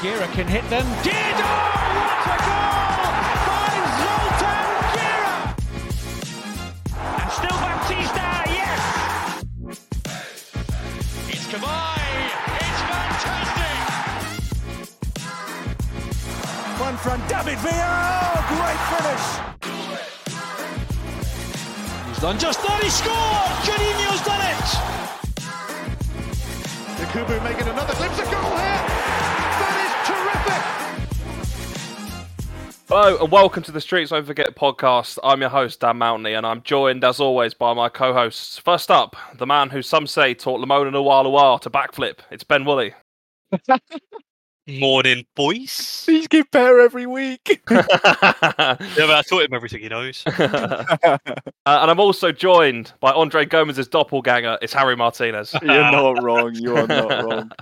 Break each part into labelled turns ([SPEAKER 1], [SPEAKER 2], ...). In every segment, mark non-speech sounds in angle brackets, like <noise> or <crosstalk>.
[SPEAKER 1] Gira can hit them. Did oh, what a goal by Zoltan Gira! And still Baptista, yes. It's Kavai. It's fantastic.
[SPEAKER 2] One from David Villa. Oh, great finish.
[SPEAKER 1] He's done just that. He scored. Jorginho's done it.
[SPEAKER 3] Kubu making another glimpse of goal here. That is terrific.
[SPEAKER 4] Hello and welcome to the Streets Don't Forget podcast. I'm your host Dan Mountney, and I'm joined as always by my co-hosts. First up, the man who some say taught Lamona Nuwaluwa to backflip. It's Ben Woolley.
[SPEAKER 5] <laughs> Morning, boys.
[SPEAKER 2] He's getting better every
[SPEAKER 4] <laughs>
[SPEAKER 2] week.
[SPEAKER 5] Yeah, but I taught him everything he knows.
[SPEAKER 4] Uh, and I'm also joined by Andre Gomez's doppelganger. It's Harry Martinez.
[SPEAKER 2] You're not wrong. You are not wrong.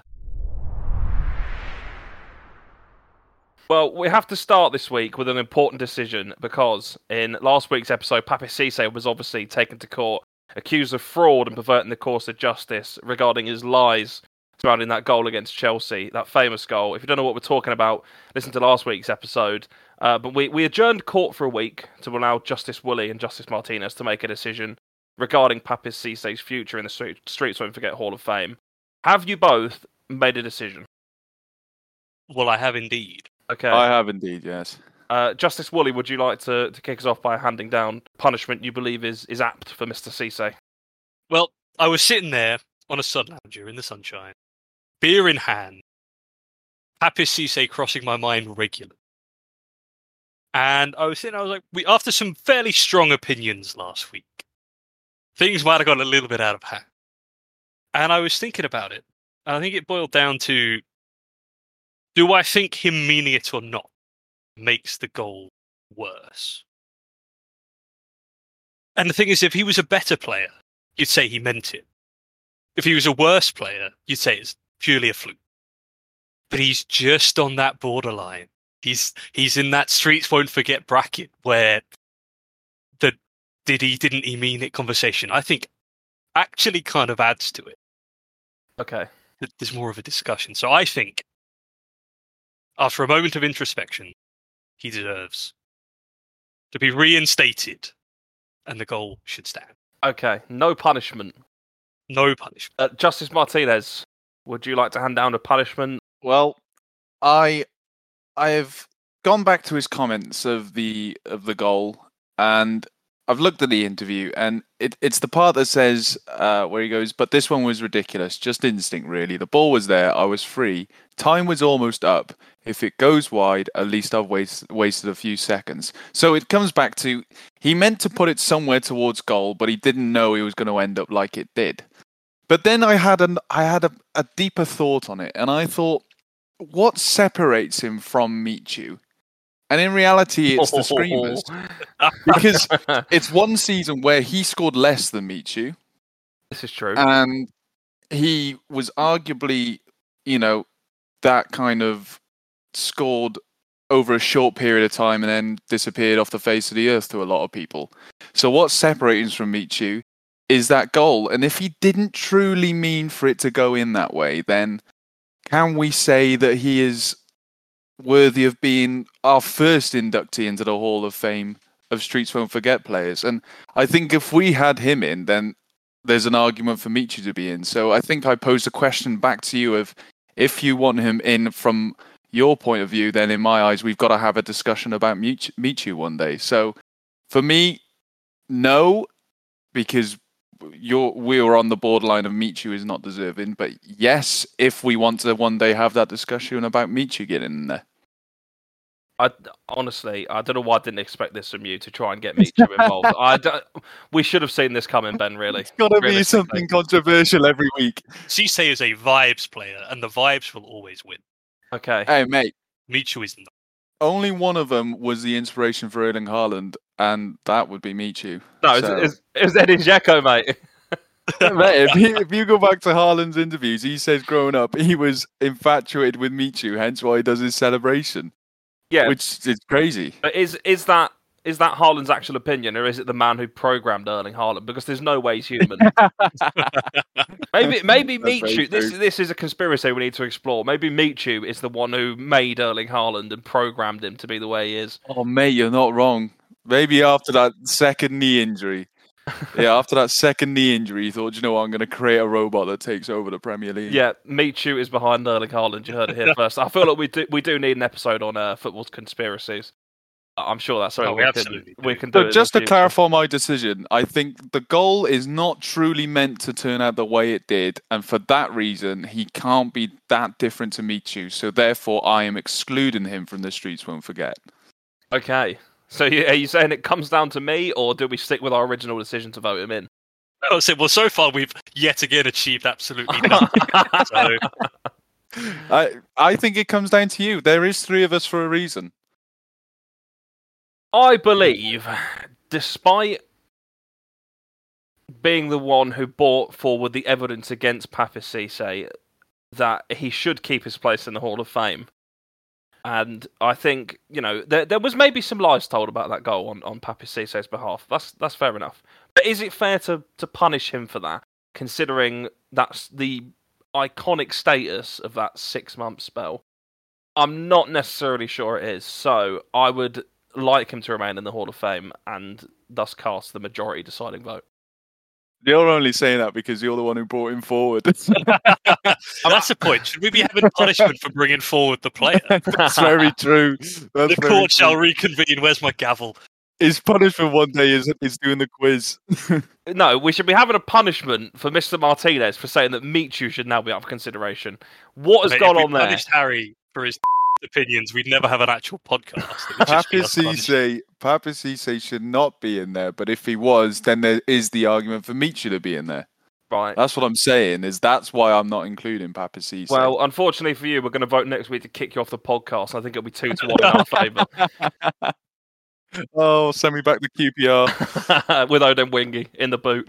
[SPEAKER 4] Well, we have to start this week with an important decision because in last week's episode, Papi Cisse was obviously taken to court, accused of fraud and perverting the course of justice regarding his lies surrounding that goal against Chelsea, that famous goal. If you don't know what we're talking about, listen to last week's episode. Uh, but we, we adjourned court for a week to allow Justice Woolley and Justice Martinez to make a decision regarding Papi Cisse's future in the Street, Streets Won't Forget Hall of Fame. Have you both made a decision?
[SPEAKER 5] well, I have indeed.
[SPEAKER 4] Okay.
[SPEAKER 2] I have indeed, yes.
[SPEAKER 4] Uh, Justice Woolley, would you like to, to kick us off by handing down punishment you believe is, is apt for Mr. Cisse?
[SPEAKER 5] Well, I was sitting there on a sun lounger in the sunshine, beer in hand, Papis Cisse crossing my mind regularly. And I was sitting, I was like, we after some fairly strong opinions last week, things might have got a little bit out of hand. And I was thinking about it. And I think it boiled down to do I think him meaning it or not makes the goal worse? And the thing is, if he was a better player, you'd say he meant it. If he was a worse player, you'd say it's purely a fluke. But he's just on that borderline. He's he's in that streets won't forget bracket where the did he didn't he mean it conversation. I think actually kind of adds to it.
[SPEAKER 4] Okay.
[SPEAKER 5] that There's more of a discussion. So I think after a moment of introspection, he deserves to be reinstated, and the goal should stand.
[SPEAKER 4] Okay. No punishment.
[SPEAKER 5] No punishment.
[SPEAKER 4] Uh, Justice Martinez, would you like to hand down a punishment?
[SPEAKER 2] Well, I I have gone back to his comments of the of the goal, and I've looked at the interview, and it, it's the part that says uh, where he goes, "But this one was ridiculous, just instinct, really. The ball was there, I was free, time was almost up. If it goes wide, at least I've waste, wasted a few seconds." So it comes back to he meant to put it somewhere towards goal, but he didn't know he was going to end up like it did. But then I had an I had a, a deeper thought on it, and I thought, what separates him from Michu? And in reality, it's
[SPEAKER 4] <laughs>
[SPEAKER 2] the screamers because it's one season where he scored less than Michu,
[SPEAKER 4] This is true.
[SPEAKER 2] and he was arguably, you know, that kind of scored over a short period of time and then disappeared off the face of the earth to a lot of people. So what separates him from Michu is that goal, and if he didn't truly mean for it to go in that way, then can we say that he is worthy of being our first inductee into the Hall of Fame of Streets Won't Forget players? And I think if we had him in, then there's an argument for Michu to be in. So I think I posed a question back to you of if you want him in from your point of view, then in my eyes, we've got to have a discussion about Mich- Michu one day. So for me, no, because you're, we are on the borderline of Michu is not deserving. But yes, if we want to one day have that discussion about Michu getting in there.
[SPEAKER 4] I, honestly, I don't know why I didn't expect this from you to try and get me too involved.
[SPEAKER 2] <laughs>
[SPEAKER 4] I don't- we should have seen this coming, Ben. Really,
[SPEAKER 2] got to
[SPEAKER 4] Realistically. something
[SPEAKER 2] controversial every week.
[SPEAKER 5] Cisse is a vibes player, and the vibes will always win.
[SPEAKER 4] okay.
[SPEAKER 2] Hey, mate.
[SPEAKER 5] Michu is not. <laughs>
[SPEAKER 2] only one of them was the inspiration for Erling Haaland, and that would be Michu.
[SPEAKER 4] No, it's,
[SPEAKER 2] so-
[SPEAKER 4] it's, it's Edin Dzeko, mate.
[SPEAKER 2] <laughs> Mate, if, you, if you go back to Haaland's interviews, he says growing up he was infatuated with Michu, hence why he does his celebration,
[SPEAKER 4] Yeah,
[SPEAKER 2] which is crazy.
[SPEAKER 4] But is is that is that Haaland's actual opinion, or is it the man who programmed Erling Haaland? Because there's no way he's
[SPEAKER 5] <laughs>
[SPEAKER 4] human. maybe maybe
[SPEAKER 2] That's very
[SPEAKER 4] Michu. This
[SPEAKER 2] true.
[SPEAKER 4] this is a conspiracy we need to explore. Maybe Michu is the one who made Erling Haaland and programmed him to be the way he is.
[SPEAKER 2] Oh, mate, you're not wrong. Maybe after that second knee injury. yeah, after that second knee injury, he thought, "Do you know what, I'm going to create a robot that takes over the Premier League.
[SPEAKER 4] Yeah, Michu is behind Erling Haaland. You heard it
[SPEAKER 5] <laughs>
[SPEAKER 4] here first. I feel like we do we do need an episode on uh, football's conspiracies. I'm sure that's something
[SPEAKER 5] Oh, we
[SPEAKER 4] we, can,
[SPEAKER 5] absolutely do.
[SPEAKER 4] we can do.
[SPEAKER 2] So
[SPEAKER 4] in the
[SPEAKER 2] just to
[SPEAKER 4] future.
[SPEAKER 2] clarify my decision, I think the goal is not truly meant to turn out the way it did, and for that reason, he can't be that different to Michu. So therefore, I am excluding him from the streets. Won't forget.
[SPEAKER 4] Okay. So you, are you saying it comes down to me, or do we stick with our original decision to vote him in?
[SPEAKER 5] I said, well, so far we've yet again achieved absolutely nothing. so
[SPEAKER 2] I I think it comes down to you. There is three of us for a reason.
[SPEAKER 4] I believe, despite being the one who brought forward the evidence against Papis Cisse, that he should keep his place in the Hall of Fame. And I think, you know, there, there was maybe some lies told about that goal on, on Papis Cisse's behalf. That's that's fair enough. But is it fair to, to punish him for that, considering that's the iconic status of that six month spell? I'm not necessarily sure it is. So I would like him to remain in the Hall of Fame and thus cast the majority deciding vote.
[SPEAKER 2] You're only saying that because you're the one who brought him forward. <laughs>
[SPEAKER 5] that's the point. Should we be having punishment for bringing forward the player?
[SPEAKER 2] That's very
[SPEAKER 4] <laughs>
[SPEAKER 2] true. That's
[SPEAKER 5] the
[SPEAKER 2] very true.
[SPEAKER 5] court shall reconvene. Where's my gavel?
[SPEAKER 2] His punishment one day is is doing the quiz.
[SPEAKER 4] No, we should be having a punishment for Mr. Martinez for saying that Michu should now be up for consideration. What has
[SPEAKER 5] Mate, if
[SPEAKER 4] gone
[SPEAKER 5] we
[SPEAKER 4] on there?
[SPEAKER 5] punished Harry for his <laughs> opinions, we'd never have an actual podcast. It would just be
[SPEAKER 2] Papa
[SPEAKER 5] us punishing-
[SPEAKER 2] Cisse, Papa Cisse should not be in there, but if he was, then there is the argument for Michu to be in there.
[SPEAKER 4] Right.
[SPEAKER 2] That's what I'm saying. Is that's why I'm not including Papa Cisse.
[SPEAKER 4] Well, unfortunately for you, we're going to vote next week to kick you off the podcast. I think it'll be two to one in our
[SPEAKER 2] <laughs>
[SPEAKER 4] favour
[SPEAKER 2] oh, send me back the <laughs> QPR.
[SPEAKER 4] <laughs> with Odin Wingy in
[SPEAKER 2] <laughs>
[SPEAKER 4] the boot.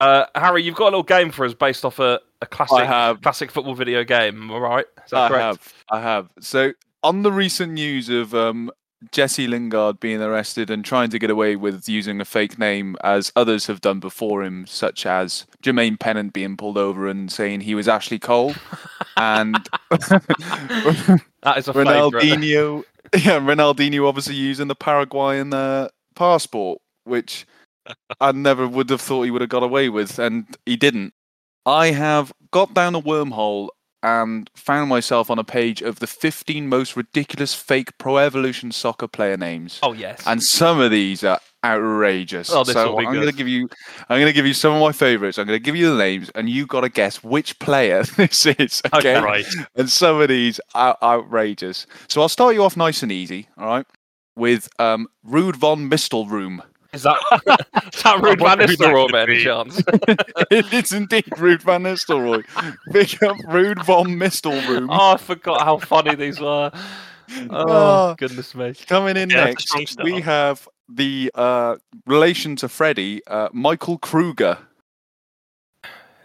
[SPEAKER 4] Uh, Harry, you've got a little game for us based off a, a classic
[SPEAKER 2] I have.
[SPEAKER 4] classic football video game. Am I right? Is that
[SPEAKER 2] I
[SPEAKER 4] correct?
[SPEAKER 2] have. I have. So on the recent news of um, Jesse Lingard being arrested and trying to get away with using a fake name, as others have done before him, such as Jermaine Pennant being pulled over and saying he was Ashley <laughs> Cole, and
[SPEAKER 4] That is a favourite.
[SPEAKER 2] Ronaldinho, <laughs> yeah, Ronaldinho obviously using the Paraguayan uh, passport, which I never would have thought he would have got away with, and he didn't. I have got down a wormhole and found myself on a page of the 15 most ridiculous fake Pro Evolution Soccer player names,
[SPEAKER 4] Oh yes.
[SPEAKER 2] and some of these are outrageous.
[SPEAKER 4] Oh, this
[SPEAKER 2] so
[SPEAKER 4] will be
[SPEAKER 2] I'm
[SPEAKER 4] good.
[SPEAKER 2] going to give you, I'm going to give you some of my favourites. I'm going to give you the names, and you got to guess which player <laughs> this is. Okay,
[SPEAKER 5] Right.
[SPEAKER 2] and some of these are outrageous. So I'll start you off nice and easy, all right? With um, Rude von Mistelroom.
[SPEAKER 4] Is that <laughs> is that Rude
[SPEAKER 5] I
[SPEAKER 4] Van
[SPEAKER 5] wonder who that
[SPEAKER 4] Nistelrooy
[SPEAKER 5] could
[SPEAKER 4] by any
[SPEAKER 5] be.
[SPEAKER 4] <laughs> chance?
[SPEAKER 5] Uh,
[SPEAKER 2] <laughs> it is indeed Rude van
[SPEAKER 5] <laughs>
[SPEAKER 2] Nistelrooy. Pick up Rude von Mistelroom.
[SPEAKER 4] oh, I forgot how funny these <laughs> were. Oh,
[SPEAKER 2] Oh.
[SPEAKER 4] goodness me.
[SPEAKER 2] Coming in
[SPEAKER 5] Yeah, that's a strong
[SPEAKER 2] next,
[SPEAKER 5] start.
[SPEAKER 2] we have the uh, relation to Freddy, uh, Michael Kruger.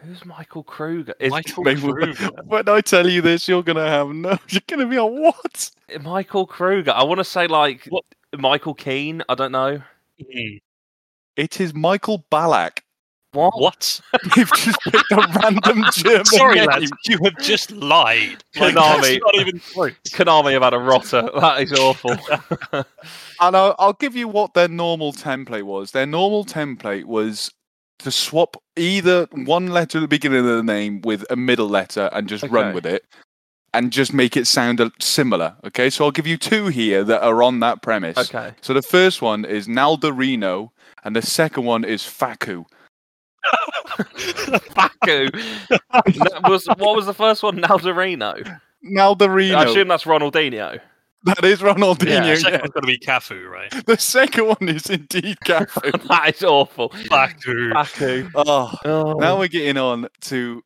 [SPEAKER 4] Who's Michael Kruger? Is
[SPEAKER 5] Michael
[SPEAKER 2] Maybe-
[SPEAKER 5] Kruger.
[SPEAKER 2] When I tell you this, you're gonna have no. <laughs> You're gonna be on what?
[SPEAKER 4] <laughs> Michael Kruger? I want to say like
[SPEAKER 5] What?
[SPEAKER 4] Michael Keane. I don't know.
[SPEAKER 5] Mm.
[SPEAKER 2] It is Michael Ballack. <laughs>
[SPEAKER 4] What?
[SPEAKER 5] What?
[SPEAKER 2] You've just picked a random German
[SPEAKER 5] <laughs> Sorry,
[SPEAKER 2] name.
[SPEAKER 5] lads. You have just lied.
[SPEAKER 4] Konami.
[SPEAKER 5] Like, that's not even close.
[SPEAKER 4] Konami have had a rotter. <laughs> That is awful.
[SPEAKER 2] And I'll, I'll give you what their normal template was. Their normal template was to swap either one letter at the beginning of the name with a middle letter and just
[SPEAKER 4] Okay.
[SPEAKER 2] run with it and just make it sound a- similar. Okay, so I'll give you two here that are on that premise.
[SPEAKER 4] <laughs> okay.
[SPEAKER 2] So the first one is Nalderino and the second one is Faku.
[SPEAKER 4] <laughs> Baku. That was, what was the first one? Naldarino. I
[SPEAKER 2] Nalderino.
[SPEAKER 4] assume that's Ronaldinho. <laughs>
[SPEAKER 2] That is
[SPEAKER 5] The
[SPEAKER 2] Ronaldinho.
[SPEAKER 5] second
[SPEAKER 2] Yeah,
[SPEAKER 5] one's got to be Cafu, right?
[SPEAKER 2] <laughs> The second one is indeed Cafu.
[SPEAKER 4] That is awful.
[SPEAKER 5] Baku.
[SPEAKER 4] Baku.
[SPEAKER 2] oh.
[SPEAKER 4] <laughs> Oh.
[SPEAKER 2] Now we're getting on to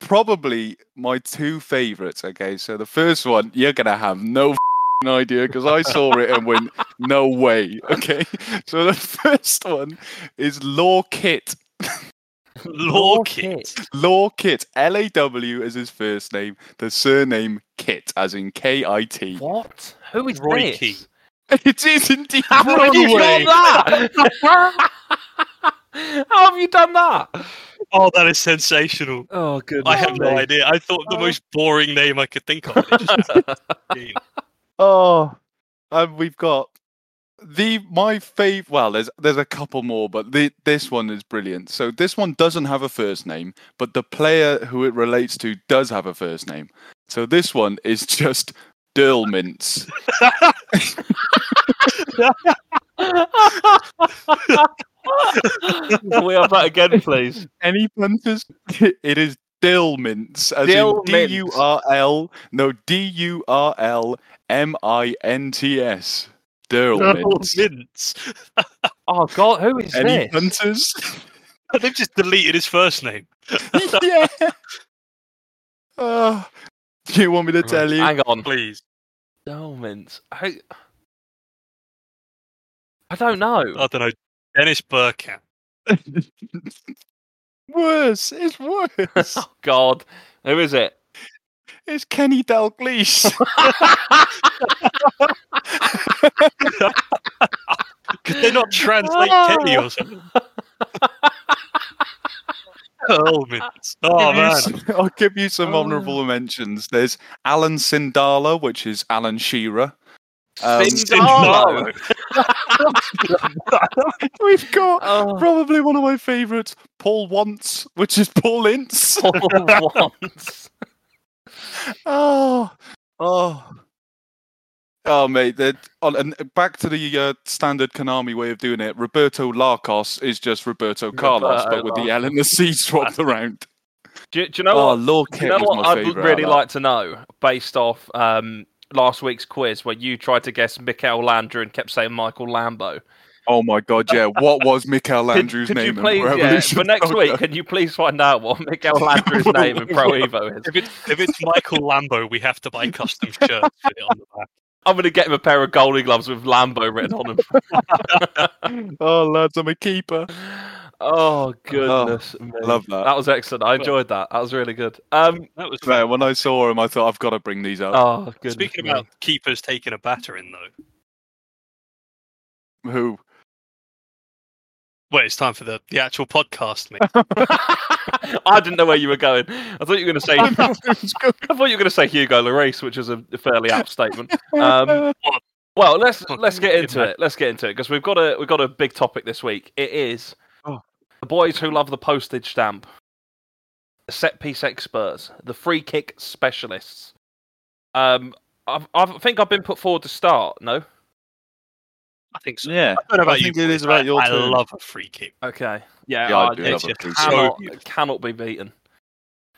[SPEAKER 2] probably my two favourites. Okay, so the first one you're gonna have no f***ing idea because I saw it and went, "No way." <laughs> Okay, so the <laughs> first one is Law Kit.
[SPEAKER 5] Law kit.
[SPEAKER 2] Law Kit. L A W is his first name. The surname Kit, as in K I T.
[SPEAKER 4] What? Who is
[SPEAKER 5] Roy
[SPEAKER 4] this?
[SPEAKER 5] Keane.
[SPEAKER 2] <laughs> It is indeed
[SPEAKER 4] How have you done
[SPEAKER 2] Broadway.
[SPEAKER 4] that? <laughs> How have you done that?
[SPEAKER 5] Oh, that is sensational.
[SPEAKER 4] Oh, good.
[SPEAKER 5] I have no idea. I thought the most boring name I could think of. It just happened.
[SPEAKER 2] Oh, and we've got the my fav. Well, there's there's a couple more, but the, this one is brilliant. So this one doesn't have a first name, but the player who it relates to does have a first name. So this one is <laughs> just Dirlmints.
[SPEAKER 4] Can <laughs> we have that again, please?
[SPEAKER 2] Any punters? <laughs> It is Dilmints, as in
[SPEAKER 4] Dilmints.
[SPEAKER 2] D U R L. No, D U R L M I N T <laughs> S. Dirlmints.
[SPEAKER 5] Mints.
[SPEAKER 4] Oh God, who is
[SPEAKER 2] Any
[SPEAKER 4] this?
[SPEAKER 2] <laughs> punters?
[SPEAKER 5] They've just deleted his first name.
[SPEAKER 2] yeah. Uh, do you want me to tell you?
[SPEAKER 4] Hang on.
[SPEAKER 5] Please.
[SPEAKER 4] Dolmens. Who? I don't know.
[SPEAKER 2] Oh,
[SPEAKER 5] I don't know. Dennis Burkamp.
[SPEAKER 2] <laughs> worse. It's
[SPEAKER 4] <laughs>
[SPEAKER 2] worse.
[SPEAKER 4] Oh God, who is it?
[SPEAKER 2] it's Kenny Dalglish.
[SPEAKER 5] Could they not translate
[SPEAKER 4] Oh.
[SPEAKER 5] Kenny or something? oh, Mints. Oh,
[SPEAKER 2] Give you
[SPEAKER 5] man.
[SPEAKER 2] s- I'll give you some honourable mentions. There's Alan Sindala, which is Alan Shearer. Um,
[SPEAKER 4] Sindala.
[SPEAKER 2] <laughs> We've got <laughs>
[SPEAKER 4] Oh,
[SPEAKER 2] probably one of my favourites, Paul Wants, which is Paul Ince.
[SPEAKER 4] Paul once.
[SPEAKER 2] Oh, oh, oh, mate. that- On, and back to the uh, standard Konami way of doing it. Roberto Larcos is just Roberto Carlos,
[SPEAKER 4] Roberto
[SPEAKER 2] but with the L and the C
[SPEAKER 4] <laughs>
[SPEAKER 2] swapped around.
[SPEAKER 4] Do, do you know
[SPEAKER 2] oh,
[SPEAKER 4] what?
[SPEAKER 2] Lord
[SPEAKER 4] Do
[SPEAKER 2] Kit
[SPEAKER 4] you know
[SPEAKER 2] was
[SPEAKER 4] what
[SPEAKER 2] my
[SPEAKER 4] I'd
[SPEAKER 2] favourite.
[SPEAKER 4] really
[SPEAKER 2] out of
[SPEAKER 4] like to know, based off um, last week's quiz, where you tried to guess Mikel Landry and kept saying Michael Lambo.
[SPEAKER 2] that. Oh my God, yeah. What was Mikel
[SPEAKER 4] Could-
[SPEAKER 2] Landrew's
[SPEAKER 4] could,
[SPEAKER 2] name?
[SPEAKER 4] you
[SPEAKER 2] in
[SPEAKER 4] please, yeah,
[SPEAKER 2] Revolution
[SPEAKER 4] for next
[SPEAKER 2] Soccer?
[SPEAKER 4] week, can you please find out what Mikel <laughs> Landry's name in Pro Evo is?
[SPEAKER 5] If it's, if it's Michael Lambo, we have to buy custom shirts with it on the back.
[SPEAKER 4] I'm going to get him a pair of goalie gloves with Lambo written on them.
[SPEAKER 2] <laughs> Oh, lads, I'm a keeper.
[SPEAKER 4] <laughs> Oh goodness! me.
[SPEAKER 2] love that.
[SPEAKER 4] That was excellent. I enjoyed that. That was really good. Um.
[SPEAKER 5] That was
[SPEAKER 2] Man, when I saw him, I thought I've got to bring these up.
[SPEAKER 4] Oh, good.
[SPEAKER 5] Speaking about keepers taking a battering, though.
[SPEAKER 4] Oh,
[SPEAKER 2] Who?
[SPEAKER 5] Wait, it's time for the, the actual podcast, mate.
[SPEAKER 4] <laughs> I didn't know where you were going. I thought you were going to say. <laughs> I thought you were going to say Hugo Lloris, which is a fairly apt statement. <laughs> Um, well, let's let's get into it. Let's get into it because we've got a we've got a big topic this week. It is
[SPEAKER 2] Oh.
[SPEAKER 4] the boys who love the postage stamp, the set piece experts, the free kick specialists. Um, I've, I've- I think I've been put forward to start. No.
[SPEAKER 5] I think so.
[SPEAKER 2] yeah.
[SPEAKER 5] I don't know about
[SPEAKER 2] I
[SPEAKER 5] you.
[SPEAKER 2] think it is
[SPEAKER 5] boys,
[SPEAKER 2] about
[SPEAKER 5] I-
[SPEAKER 2] your
[SPEAKER 5] I
[SPEAKER 2] turn.
[SPEAKER 5] love a free kick. <laughs>
[SPEAKER 4] Okay. Yeah.
[SPEAKER 2] Yeah, I
[SPEAKER 4] I-
[SPEAKER 2] do
[SPEAKER 4] it
[SPEAKER 2] love
[SPEAKER 5] it's
[SPEAKER 2] a
[SPEAKER 5] just
[SPEAKER 2] free kick.
[SPEAKER 5] how-
[SPEAKER 4] cannot,
[SPEAKER 5] beautiful.
[SPEAKER 4] cannot be beaten.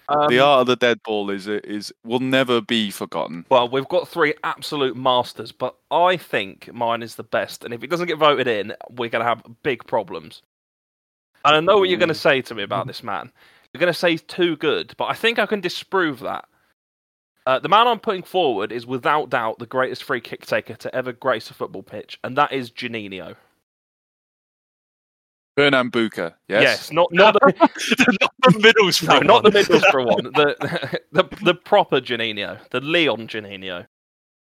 [SPEAKER 4] Um,
[SPEAKER 2] The art of the dead ball is is will never be forgotten.
[SPEAKER 4] Well, we've got three absolute masters, but I think mine is the best. And if it doesn't get voted in, we're going to have big problems. And I know what you're going to say to me about this man. You're going to say he's too good, but I think I can disprove that. Uh, the man I'm putting forward is without doubt the greatest free kick taker to ever grace a football pitch, and that is Janino.
[SPEAKER 2] Hernan Buka. Yes.
[SPEAKER 4] not not the,
[SPEAKER 5] not the middles,
[SPEAKER 4] no, not the Middlesbrough one, the, <laughs> the the proper Janino, the Leon Janino.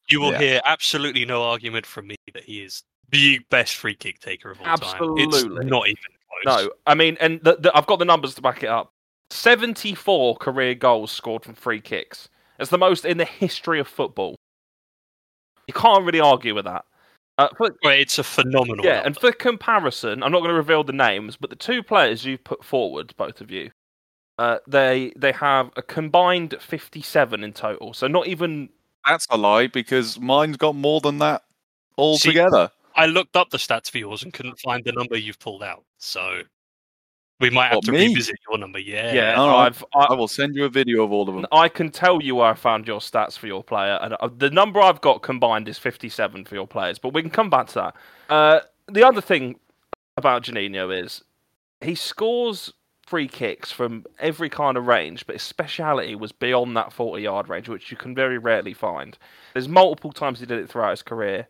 [SPEAKER 5] You will
[SPEAKER 2] Yeah.
[SPEAKER 5] hear absolutely no argument from me that he is the best free kick taker of all time.
[SPEAKER 4] Absolutely.
[SPEAKER 5] It's not even close.
[SPEAKER 4] No, I mean, and the, the, I've got the numbers to back it up. 74 career goals scored from free kicks. It's the most in the history of football. You can't really argue with that. Uh, for,
[SPEAKER 5] Wait, it's a phenomenal.
[SPEAKER 4] yeah, and for comparison, I'm not going to reveal the names, but the two players you've put forward, both of you, uh, they they have a combined 57 in total. So not even.
[SPEAKER 2] That's a lie because mine's got more than that altogether.
[SPEAKER 5] I looked up the stats for yours and couldn't find the number you've pulled out. So we might have
[SPEAKER 2] What,
[SPEAKER 5] to
[SPEAKER 2] me?
[SPEAKER 5] revisit your number. Yeah.
[SPEAKER 4] Yeah,
[SPEAKER 2] all right.
[SPEAKER 4] I've, I,
[SPEAKER 2] I will send you a video of all of them.
[SPEAKER 4] I can tell you where I found your stats for your player, and uh, the number I've got combined is 57 for your players. But we can come back to that. Uh, the other thing about Janino is he scores free kicks from every kind of range, but his speciality was beyond that 40 yard range, which you can very rarely find. There's multiple times he did it throughout his career,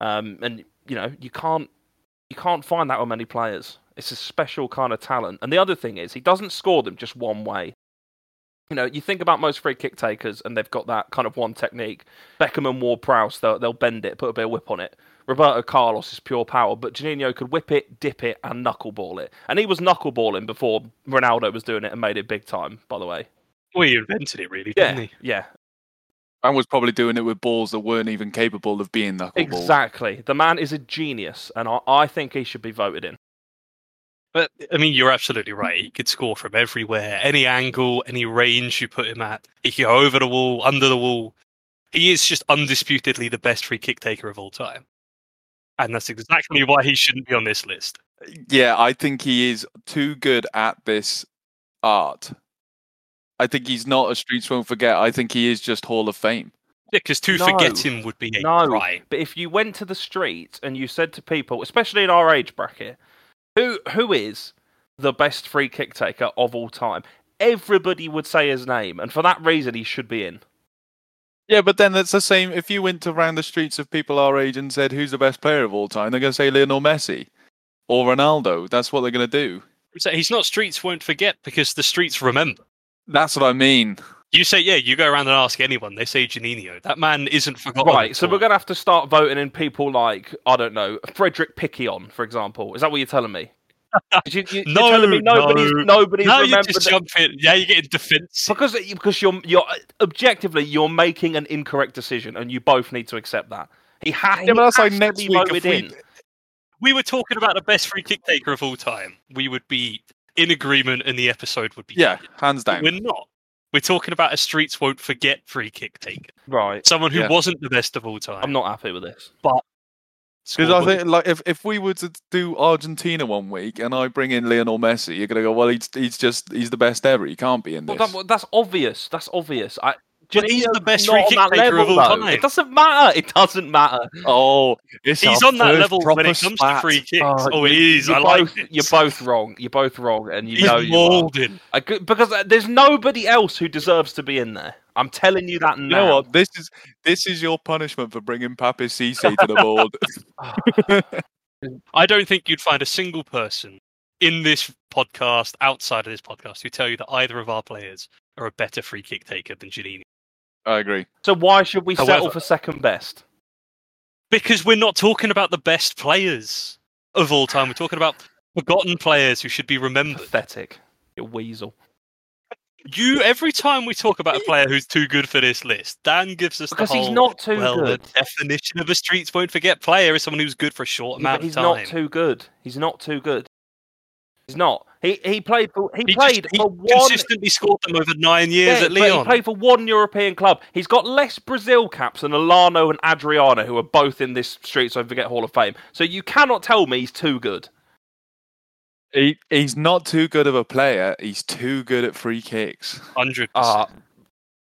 [SPEAKER 4] um, and you know you can't you can't find that on many players. It's a special kind of talent. And the other thing is he doesn't score them just one way you know, you think about most free kick takers and they've got that kind of one technique. Beckham and Ward Prowse, they'll, they'll bend it, put a bit of whip on it. Roberto Carlos is pure power, but Janino could whip it, dip it, and knuckleball it. And he was knuckleballing before Ronaldo was doing it and made it big time, by the way.
[SPEAKER 5] Well, he invented it, really,
[SPEAKER 4] Yeah.
[SPEAKER 5] didn't he?
[SPEAKER 4] Yeah.
[SPEAKER 2] And was probably doing it with balls that weren't even capable of being knuckleball.
[SPEAKER 4] Exactly. The man is a genius, and I, I think he should be voted in.
[SPEAKER 5] But I mean, you're absolutely right. He could score from everywhere, any angle, any range you put him at. He could go over the wall, under the wall. He is just undisputedly the best free kick taker of all time, and that's exactly why he shouldn't be on this list.
[SPEAKER 2] Yeah, I think he is too good at this art. I think he's not a Streets Won't Forget. I think he is just Hall of Fame.
[SPEAKER 5] Yeah, because to
[SPEAKER 4] No.
[SPEAKER 5] forget him would be a
[SPEAKER 4] No.
[SPEAKER 5] crime.
[SPEAKER 4] But if you went to the street and you said to people, especially in our age bracket, who who is the best free kick taker of all time? Everybody would say his name, and for that reason, he should be in.
[SPEAKER 2] Yeah, but then that's the same. If you went around the streets of people our age and said, who's the best player of all time, they're going to say Lionel Messi or Ronaldo. That's what they're going to do.
[SPEAKER 5] So he's not streets won't forget because the streets remember.
[SPEAKER 2] That's what I mean.
[SPEAKER 5] You say, yeah, you go around and ask anyone, they say Janino. That man isn't forgotten.
[SPEAKER 4] Right,
[SPEAKER 5] at
[SPEAKER 4] so
[SPEAKER 5] all.
[SPEAKER 4] we're going to have to start voting in people like, I don't know, Frederick Pickion, for example. Is that what you're telling me? You, you,
[SPEAKER 5] No,
[SPEAKER 4] you're telling me nobody's,
[SPEAKER 5] no.
[SPEAKER 4] nobody's
[SPEAKER 5] now you
[SPEAKER 4] remembered
[SPEAKER 5] just
[SPEAKER 4] that-
[SPEAKER 5] jump in. Yeah, you're getting defensive.
[SPEAKER 4] because because you're you're objectively you're making an incorrect decision, and you both need to accept that. He has,
[SPEAKER 2] Yeah, but that's
[SPEAKER 4] he
[SPEAKER 2] like
[SPEAKER 4] has
[SPEAKER 2] next
[SPEAKER 4] to be
[SPEAKER 2] week if
[SPEAKER 4] voted
[SPEAKER 2] we-
[SPEAKER 4] in.
[SPEAKER 5] we were talking about the best free kick taker of all time, we would be in agreement and the episode would be.
[SPEAKER 2] Yeah, hands
[SPEAKER 5] But
[SPEAKER 2] down.
[SPEAKER 5] We're not. We're talking about a streets won't forget free kick taker.
[SPEAKER 4] Right,
[SPEAKER 5] Someone who
[SPEAKER 2] Yeah.
[SPEAKER 5] wasn't the best of all time.
[SPEAKER 4] I'm not happy with this.
[SPEAKER 5] scored
[SPEAKER 2] Because I
[SPEAKER 5] what he-
[SPEAKER 2] think, like, if, if we were to do Argentina one week and I bring in Lionel Messi, you're going to go, well, he's, he's just, he's the best ever. He can't be in
[SPEAKER 4] Well,
[SPEAKER 2] this.
[SPEAKER 4] that, well, that's obvious. That's obvious. I,
[SPEAKER 5] But he's the
[SPEAKER 4] Janino's
[SPEAKER 5] best
[SPEAKER 4] not
[SPEAKER 5] free
[SPEAKER 4] on
[SPEAKER 5] kick
[SPEAKER 4] that
[SPEAKER 5] taker of
[SPEAKER 4] level,
[SPEAKER 5] all
[SPEAKER 4] though.
[SPEAKER 5] time.
[SPEAKER 4] It doesn't matter. It doesn't matter.
[SPEAKER 2] Oh, it's
[SPEAKER 5] He's
[SPEAKER 2] our
[SPEAKER 5] on that
[SPEAKER 2] first
[SPEAKER 5] level when
[SPEAKER 2] proper
[SPEAKER 5] it comes to
[SPEAKER 2] spat.
[SPEAKER 5] free kicks.
[SPEAKER 4] Oh,
[SPEAKER 5] Oh, it is.
[SPEAKER 4] You're
[SPEAKER 5] I
[SPEAKER 4] both,
[SPEAKER 5] like it.
[SPEAKER 4] you're both wrong. You're both wrong, and you
[SPEAKER 5] He's
[SPEAKER 4] know you are.
[SPEAKER 5] molded.
[SPEAKER 4] I g- because uh, there's nobody else who deserves to be in there. I'm telling you that now.
[SPEAKER 2] You know what? This is this is your punishment for bringing Papi Cisse to the board.
[SPEAKER 5] <laughs> I don't think you'd find a single person in this podcast, outside of this podcast, who tell you that either of our players are a better free kick taker than Janini.
[SPEAKER 2] I agree.
[SPEAKER 4] So why should we settle
[SPEAKER 5] However-
[SPEAKER 4] for second best?
[SPEAKER 5] Because we're not talking about the best players of all time. We're talking about forgotten players who should be remembered.
[SPEAKER 4] Pathetic. You weasel.
[SPEAKER 5] You every time we talk about a player who's too good for this list, Dan gives us
[SPEAKER 4] Because
[SPEAKER 5] the whole,
[SPEAKER 4] he's not too
[SPEAKER 5] well,
[SPEAKER 4] good.
[SPEAKER 5] the definition of a streets won't forget player is someone who's good for a short
[SPEAKER 4] Yeah, but
[SPEAKER 5] amount
[SPEAKER 4] he's
[SPEAKER 5] of
[SPEAKER 4] not
[SPEAKER 5] time.
[SPEAKER 4] too good. He's not too good. He's not. He he played for he,
[SPEAKER 5] He just-
[SPEAKER 4] played
[SPEAKER 5] he
[SPEAKER 4] for one
[SPEAKER 5] consistently scored them over nine years
[SPEAKER 4] Yeah, but
[SPEAKER 5] at Leon.
[SPEAKER 4] He played for one European club. He's got less Brazil caps than Alano and Adriano, who are both in this Streets Don't Forget Hall of Fame. So you cannot tell me he's too good.
[SPEAKER 2] He, he's not too good of a player. He's too good at free kicks.
[SPEAKER 5] Hundred.
[SPEAKER 4] Ah,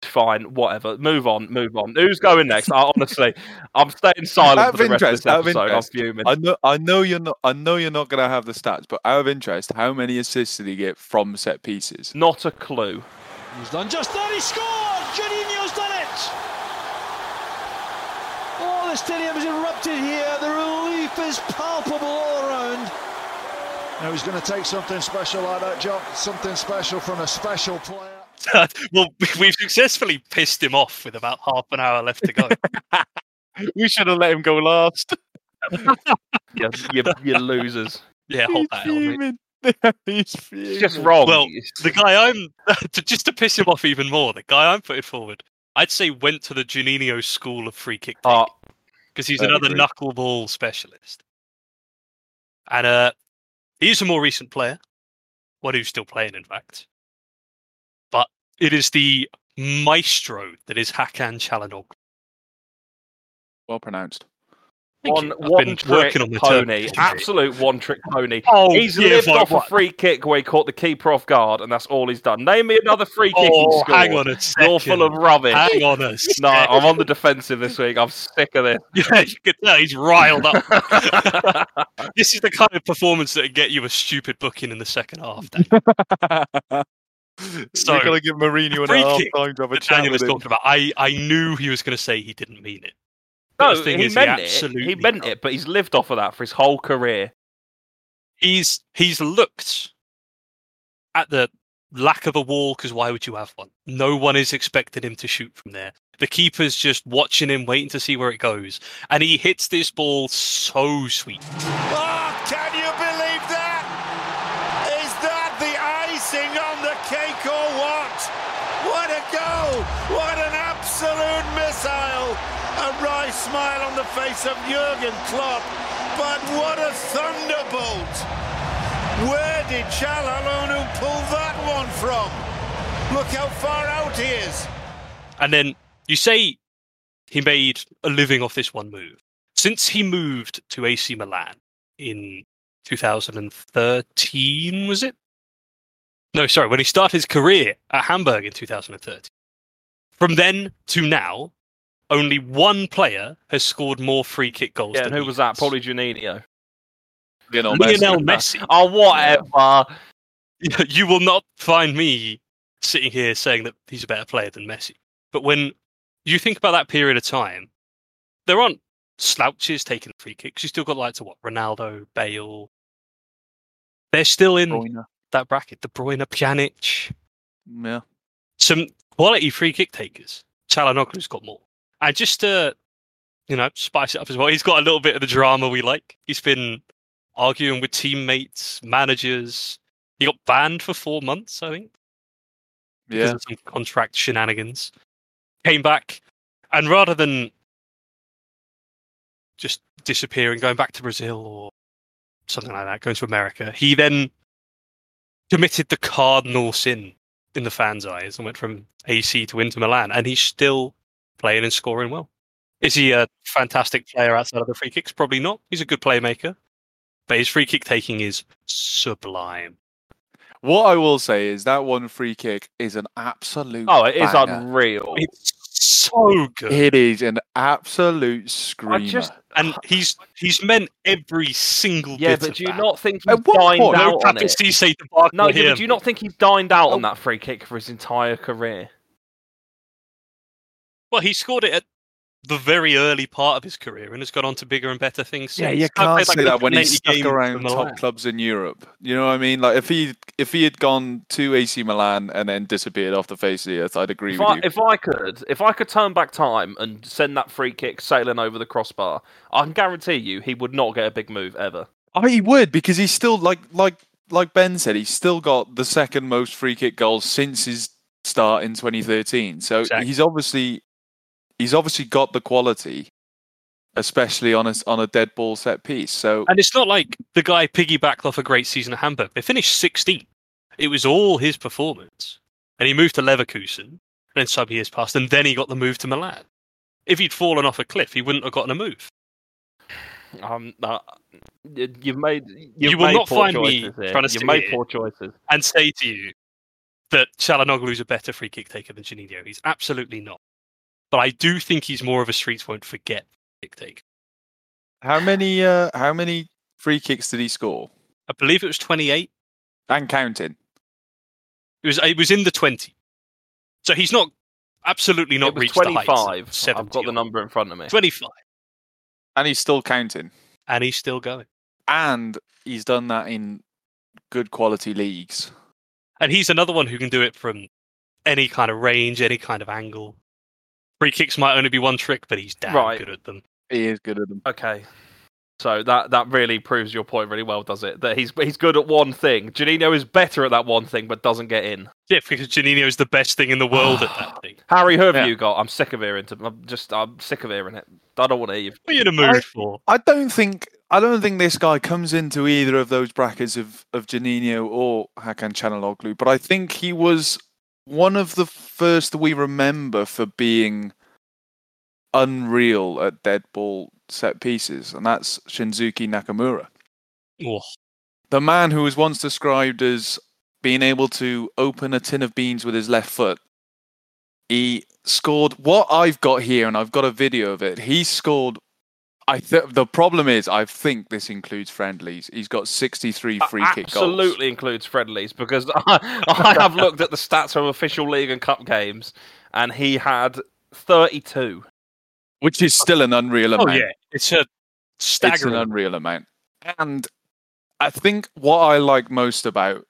[SPEAKER 4] fine, whatever. Move on, move on. Who's going next? I, honestly,
[SPEAKER 2] <laughs>
[SPEAKER 4] I'm staying silent
[SPEAKER 2] Out
[SPEAKER 4] for
[SPEAKER 2] of
[SPEAKER 4] the rest
[SPEAKER 2] interest, out
[SPEAKER 4] of
[SPEAKER 2] of
[SPEAKER 4] this episode. I'm
[SPEAKER 2] interest,
[SPEAKER 4] fuming.
[SPEAKER 2] I know. I know you're not. I know you're not going to have the stats. But out of interest, how many assists did he get from set pieces?
[SPEAKER 4] Not a clue.
[SPEAKER 1] He's done just that. He scored. Juninho's done it. Oh, the stadium is erupted here. The relief is palpable all around. Now he's going to take something special like that, John. Something special from a special player.
[SPEAKER 5] <laughs> well, we've successfully pissed him off with about half an hour left
[SPEAKER 4] <laughs>
[SPEAKER 5] to go.
[SPEAKER 2] We should have let him go last.
[SPEAKER 4] You, you,
[SPEAKER 2] <laughs>
[SPEAKER 4] you losers.
[SPEAKER 5] yeah, hold that. Elm, mate.
[SPEAKER 2] he's
[SPEAKER 4] It's just wrong.
[SPEAKER 5] Well, The guy I'm <laughs> to, just to piss him off even more, the guy I'm putting forward, I'd say went to the Juninho school of free kick
[SPEAKER 4] Ah,
[SPEAKER 5] because he's
[SPEAKER 2] I'd
[SPEAKER 5] another
[SPEAKER 2] agree.
[SPEAKER 5] knuckleball specialist. And uh, he's a more recent player, one who's still playing, in fact. But it is the maestro that is Hakan Chalanog.
[SPEAKER 2] well pronounced.
[SPEAKER 4] one, one trick pony. Absolute one trick pony.
[SPEAKER 5] Oh,
[SPEAKER 4] He's
[SPEAKER 5] dear,
[SPEAKER 4] lived
[SPEAKER 5] my-
[SPEAKER 4] off a free kick where he caught the keeper off guard, and that's all he's done. Name me another free kick he
[SPEAKER 5] Oh,
[SPEAKER 4] scored.
[SPEAKER 5] hang on a second.
[SPEAKER 4] You're full of rubbish.
[SPEAKER 5] hang
[SPEAKER 4] <laughs>
[SPEAKER 5] on a
[SPEAKER 4] no,
[SPEAKER 5] second.
[SPEAKER 4] I'm on the defensive this week. I'm sick of this.
[SPEAKER 5] Yeah, you could tell he's riled up. this is the kind of performance that would get you a stupid booking in the second half. Dan. So,
[SPEAKER 2] you're going to give Mourinho
[SPEAKER 5] free
[SPEAKER 2] an half
[SPEAKER 5] kick
[SPEAKER 2] time to have a
[SPEAKER 5] That
[SPEAKER 2] <laughs> chat
[SPEAKER 5] Daniel
[SPEAKER 2] with
[SPEAKER 5] was
[SPEAKER 2] him.
[SPEAKER 5] talking about. I, I knew he was going to say he didn't mean it. But
[SPEAKER 4] No,
[SPEAKER 5] the thing
[SPEAKER 4] he
[SPEAKER 5] is,
[SPEAKER 4] meant it.
[SPEAKER 5] absolutely
[SPEAKER 4] He meant
[SPEAKER 5] can't.
[SPEAKER 4] it, but he's lived off of that for his whole career.
[SPEAKER 5] He's he's looked at the lack of a wall because why would you have one? No one is expecting him to shoot from there. The keeper's just watching him, waiting to see where it goes. And he hits this ball so sweet.
[SPEAKER 6] Oh, can you believe that? Is that the icing on the cake or what? What a goal! What an absolute missile! A wry smile on the face of Jurgen Klopp, but what a thunderbolt! Where did Chalalonu pull that one from? Look how far out he is!
[SPEAKER 5] And then you say he made a living off this one move. Since he moved to AC Milan in 2013, was it? No, sorry, when he started his career at Hamburg in 2013. From then to now, only one player has scored more free kick goals.
[SPEAKER 4] Yeah,
[SPEAKER 5] than
[SPEAKER 4] and who
[SPEAKER 5] he
[SPEAKER 4] was
[SPEAKER 5] has.
[SPEAKER 4] that? Probably Juninho.
[SPEAKER 2] Lionel Messi.
[SPEAKER 5] Lionel Messi.
[SPEAKER 4] Oh, whatever.
[SPEAKER 5] <laughs> you will not find me sitting here saying that he's a better player than Messi. But when you think about that period of time, there aren't slouches taking free kicks. You still got like to what Ronaldo, Bale. They're still in
[SPEAKER 2] Bruyne.
[SPEAKER 5] that bracket. De Bruyne, Pjanic,
[SPEAKER 2] Yeah.
[SPEAKER 5] some quality free kick takers. Chalanoglu's got more. And just to, you know, spice it up as well, he's got a little bit of the drama we like. He's been arguing with teammates, managers. He got banned for four months, I think, because
[SPEAKER 2] Yeah.
[SPEAKER 5] of some contract shenanigans. Came back, and rather than just disappearing, going back to Brazil or something like that, going to America, he then committed the cardinal sin in the fans' eyes and went from AC to Inter Milan, and he's still playing and scoring well. Is he a fantastic player outside of the free kicks? Probably not. He's a good playmaker, but his free kick taking is sublime.
[SPEAKER 2] What I will say is that one free kick is an absolute.
[SPEAKER 4] Oh, it is
[SPEAKER 2] banger.
[SPEAKER 4] unreal.
[SPEAKER 5] It's so good,
[SPEAKER 2] It is an absolute screamer.
[SPEAKER 4] just-
[SPEAKER 5] and he's he's meant every single
[SPEAKER 4] Yeah,
[SPEAKER 5] bit.
[SPEAKER 4] but
[SPEAKER 5] of
[SPEAKER 4] do you
[SPEAKER 5] that.
[SPEAKER 4] not think he
[SPEAKER 2] At what
[SPEAKER 4] dined
[SPEAKER 2] point-
[SPEAKER 5] No,
[SPEAKER 4] out on it?
[SPEAKER 5] Papi say debacle
[SPEAKER 4] No, yeah,
[SPEAKER 5] here.
[SPEAKER 4] but do you not think he dined out on
[SPEAKER 2] Oh.
[SPEAKER 4] that free kick for his entire career?
[SPEAKER 5] Well, he scored it at the very early part of his career and has gone on to bigger and better things.
[SPEAKER 2] yeah,
[SPEAKER 5] since.
[SPEAKER 2] you
[SPEAKER 5] I
[SPEAKER 2] can't
[SPEAKER 5] played, like,
[SPEAKER 2] say that when he's
[SPEAKER 5] 180
[SPEAKER 2] stuck
[SPEAKER 5] games for
[SPEAKER 2] around
[SPEAKER 5] Milan.
[SPEAKER 2] top clubs in Europe. You know what I mean? Like if he if he had gone to AC Milan and then disappeared off the face of the earth, I'd agree
[SPEAKER 4] If
[SPEAKER 2] with
[SPEAKER 4] I,
[SPEAKER 2] you.
[SPEAKER 4] if I could, if I could turn back time and send that free kick sailing over the crossbar, I can guarantee you he would not get a big move ever.
[SPEAKER 2] I mean, he would because he's still like like like Ben said, he's still got the second most free kick goals since his start in 2013. So
[SPEAKER 5] Exactly.
[SPEAKER 2] he's obviously he's obviously got the quality, especially on a s- on a dead ball set piece. So
[SPEAKER 5] And it's not like the guy piggybacked off a great season at Hamburg. They finished 16th. It was all his performance. And he moved to Leverkusen, and then sub years passed, and then he got the move to Milan. If he'd fallen off a cliff, he wouldn't have gotten a move.
[SPEAKER 4] Um, uh, y- you've made you've
[SPEAKER 5] You will
[SPEAKER 4] made
[SPEAKER 5] not
[SPEAKER 4] poor
[SPEAKER 5] find me
[SPEAKER 4] choices here.
[SPEAKER 5] trying to
[SPEAKER 4] You've
[SPEAKER 5] sit
[SPEAKER 4] made
[SPEAKER 5] here
[SPEAKER 4] poor choices.
[SPEAKER 5] And say to you that Chalanoglu's a better free kick taker than Janino. He's absolutely not. But I do think he's more of a streets won't forget kick taker.
[SPEAKER 2] how many uh, how many free kicks did he score?
[SPEAKER 5] I believe it was 28.
[SPEAKER 2] And counting.
[SPEAKER 5] It was, it was in the 20. So he's not absolutely not
[SPEAKER 4] it was
[SPEAKER 5] reached the heights of
[SPEAKER 4] 25. I've
[SPEAKER 5] 70
[SPEAKER 4] got the number in front of me.
[SPEAKER 5] 25.
[SPEAKER 2] And he's still counting.
[SPEAKER 5] and he's still going.
[SPEAKER 2] And he's done that in good quality leagues.
[SPEAKER 5] And he's another one who can do it from any kind of range, any kind of angle. Free kicks might only be one trick, but he's damn
[SPEAKER 4] Right.
[SPEAKER 5] good at them.
[SPEAKER 2] He is good at them.
[SPEAKER 4] Okay. So that that really proves your point really well, does it? That he's he's good at one thing. Janino is better at that one thing, but doesn't get in.
[SPEAKER 5] Yeah, because Janino is the best thing in the world at that thing.
[SPEAKER 4] Harry, who have
[SPEAKER 2] Yeah.
[SPEAKER 4] you got? I'm sick of hearing. To, I'm just I'm sick of hearing it. I don't want to hear. you.
[SPEAKER 5] What are you in a mood for?
[SPEAKER 2] I don't think I don't think this guy comes into either of those brackets of of Janino or Hakan Chanaloglu, but I think he was one of the first we remember for being unreal at dead ball set pieces, and that's Shinzuki Nakamura.
[SPEAKER 5] Oh,
[SPEAKER 2] The man who was once described as being able to open a tin of beans with his left foot. He scored what I've got here, and I've got a video of it. He scored. I th- the problem is, I think this includes friendlies. He's got 63 free
[SPEAKER 4] That
[SPEAKER 2] kick goals.
[SPEAKER 4] Uh, absolutely includes friendlies because <laughs> I, I have looked at the stats from official league and cup games, and he had 32.
[SPEAKER 2] which is still an unreal
[SPEAKER 5] oh
[SPEAKER 2] amount.
[SPEAKER 5] yeah, it's a
[SPEAKER 2] it's
[SPEAKER 5] staggering.
[SPEAKER 2] an unreal amount. And I think what I like most about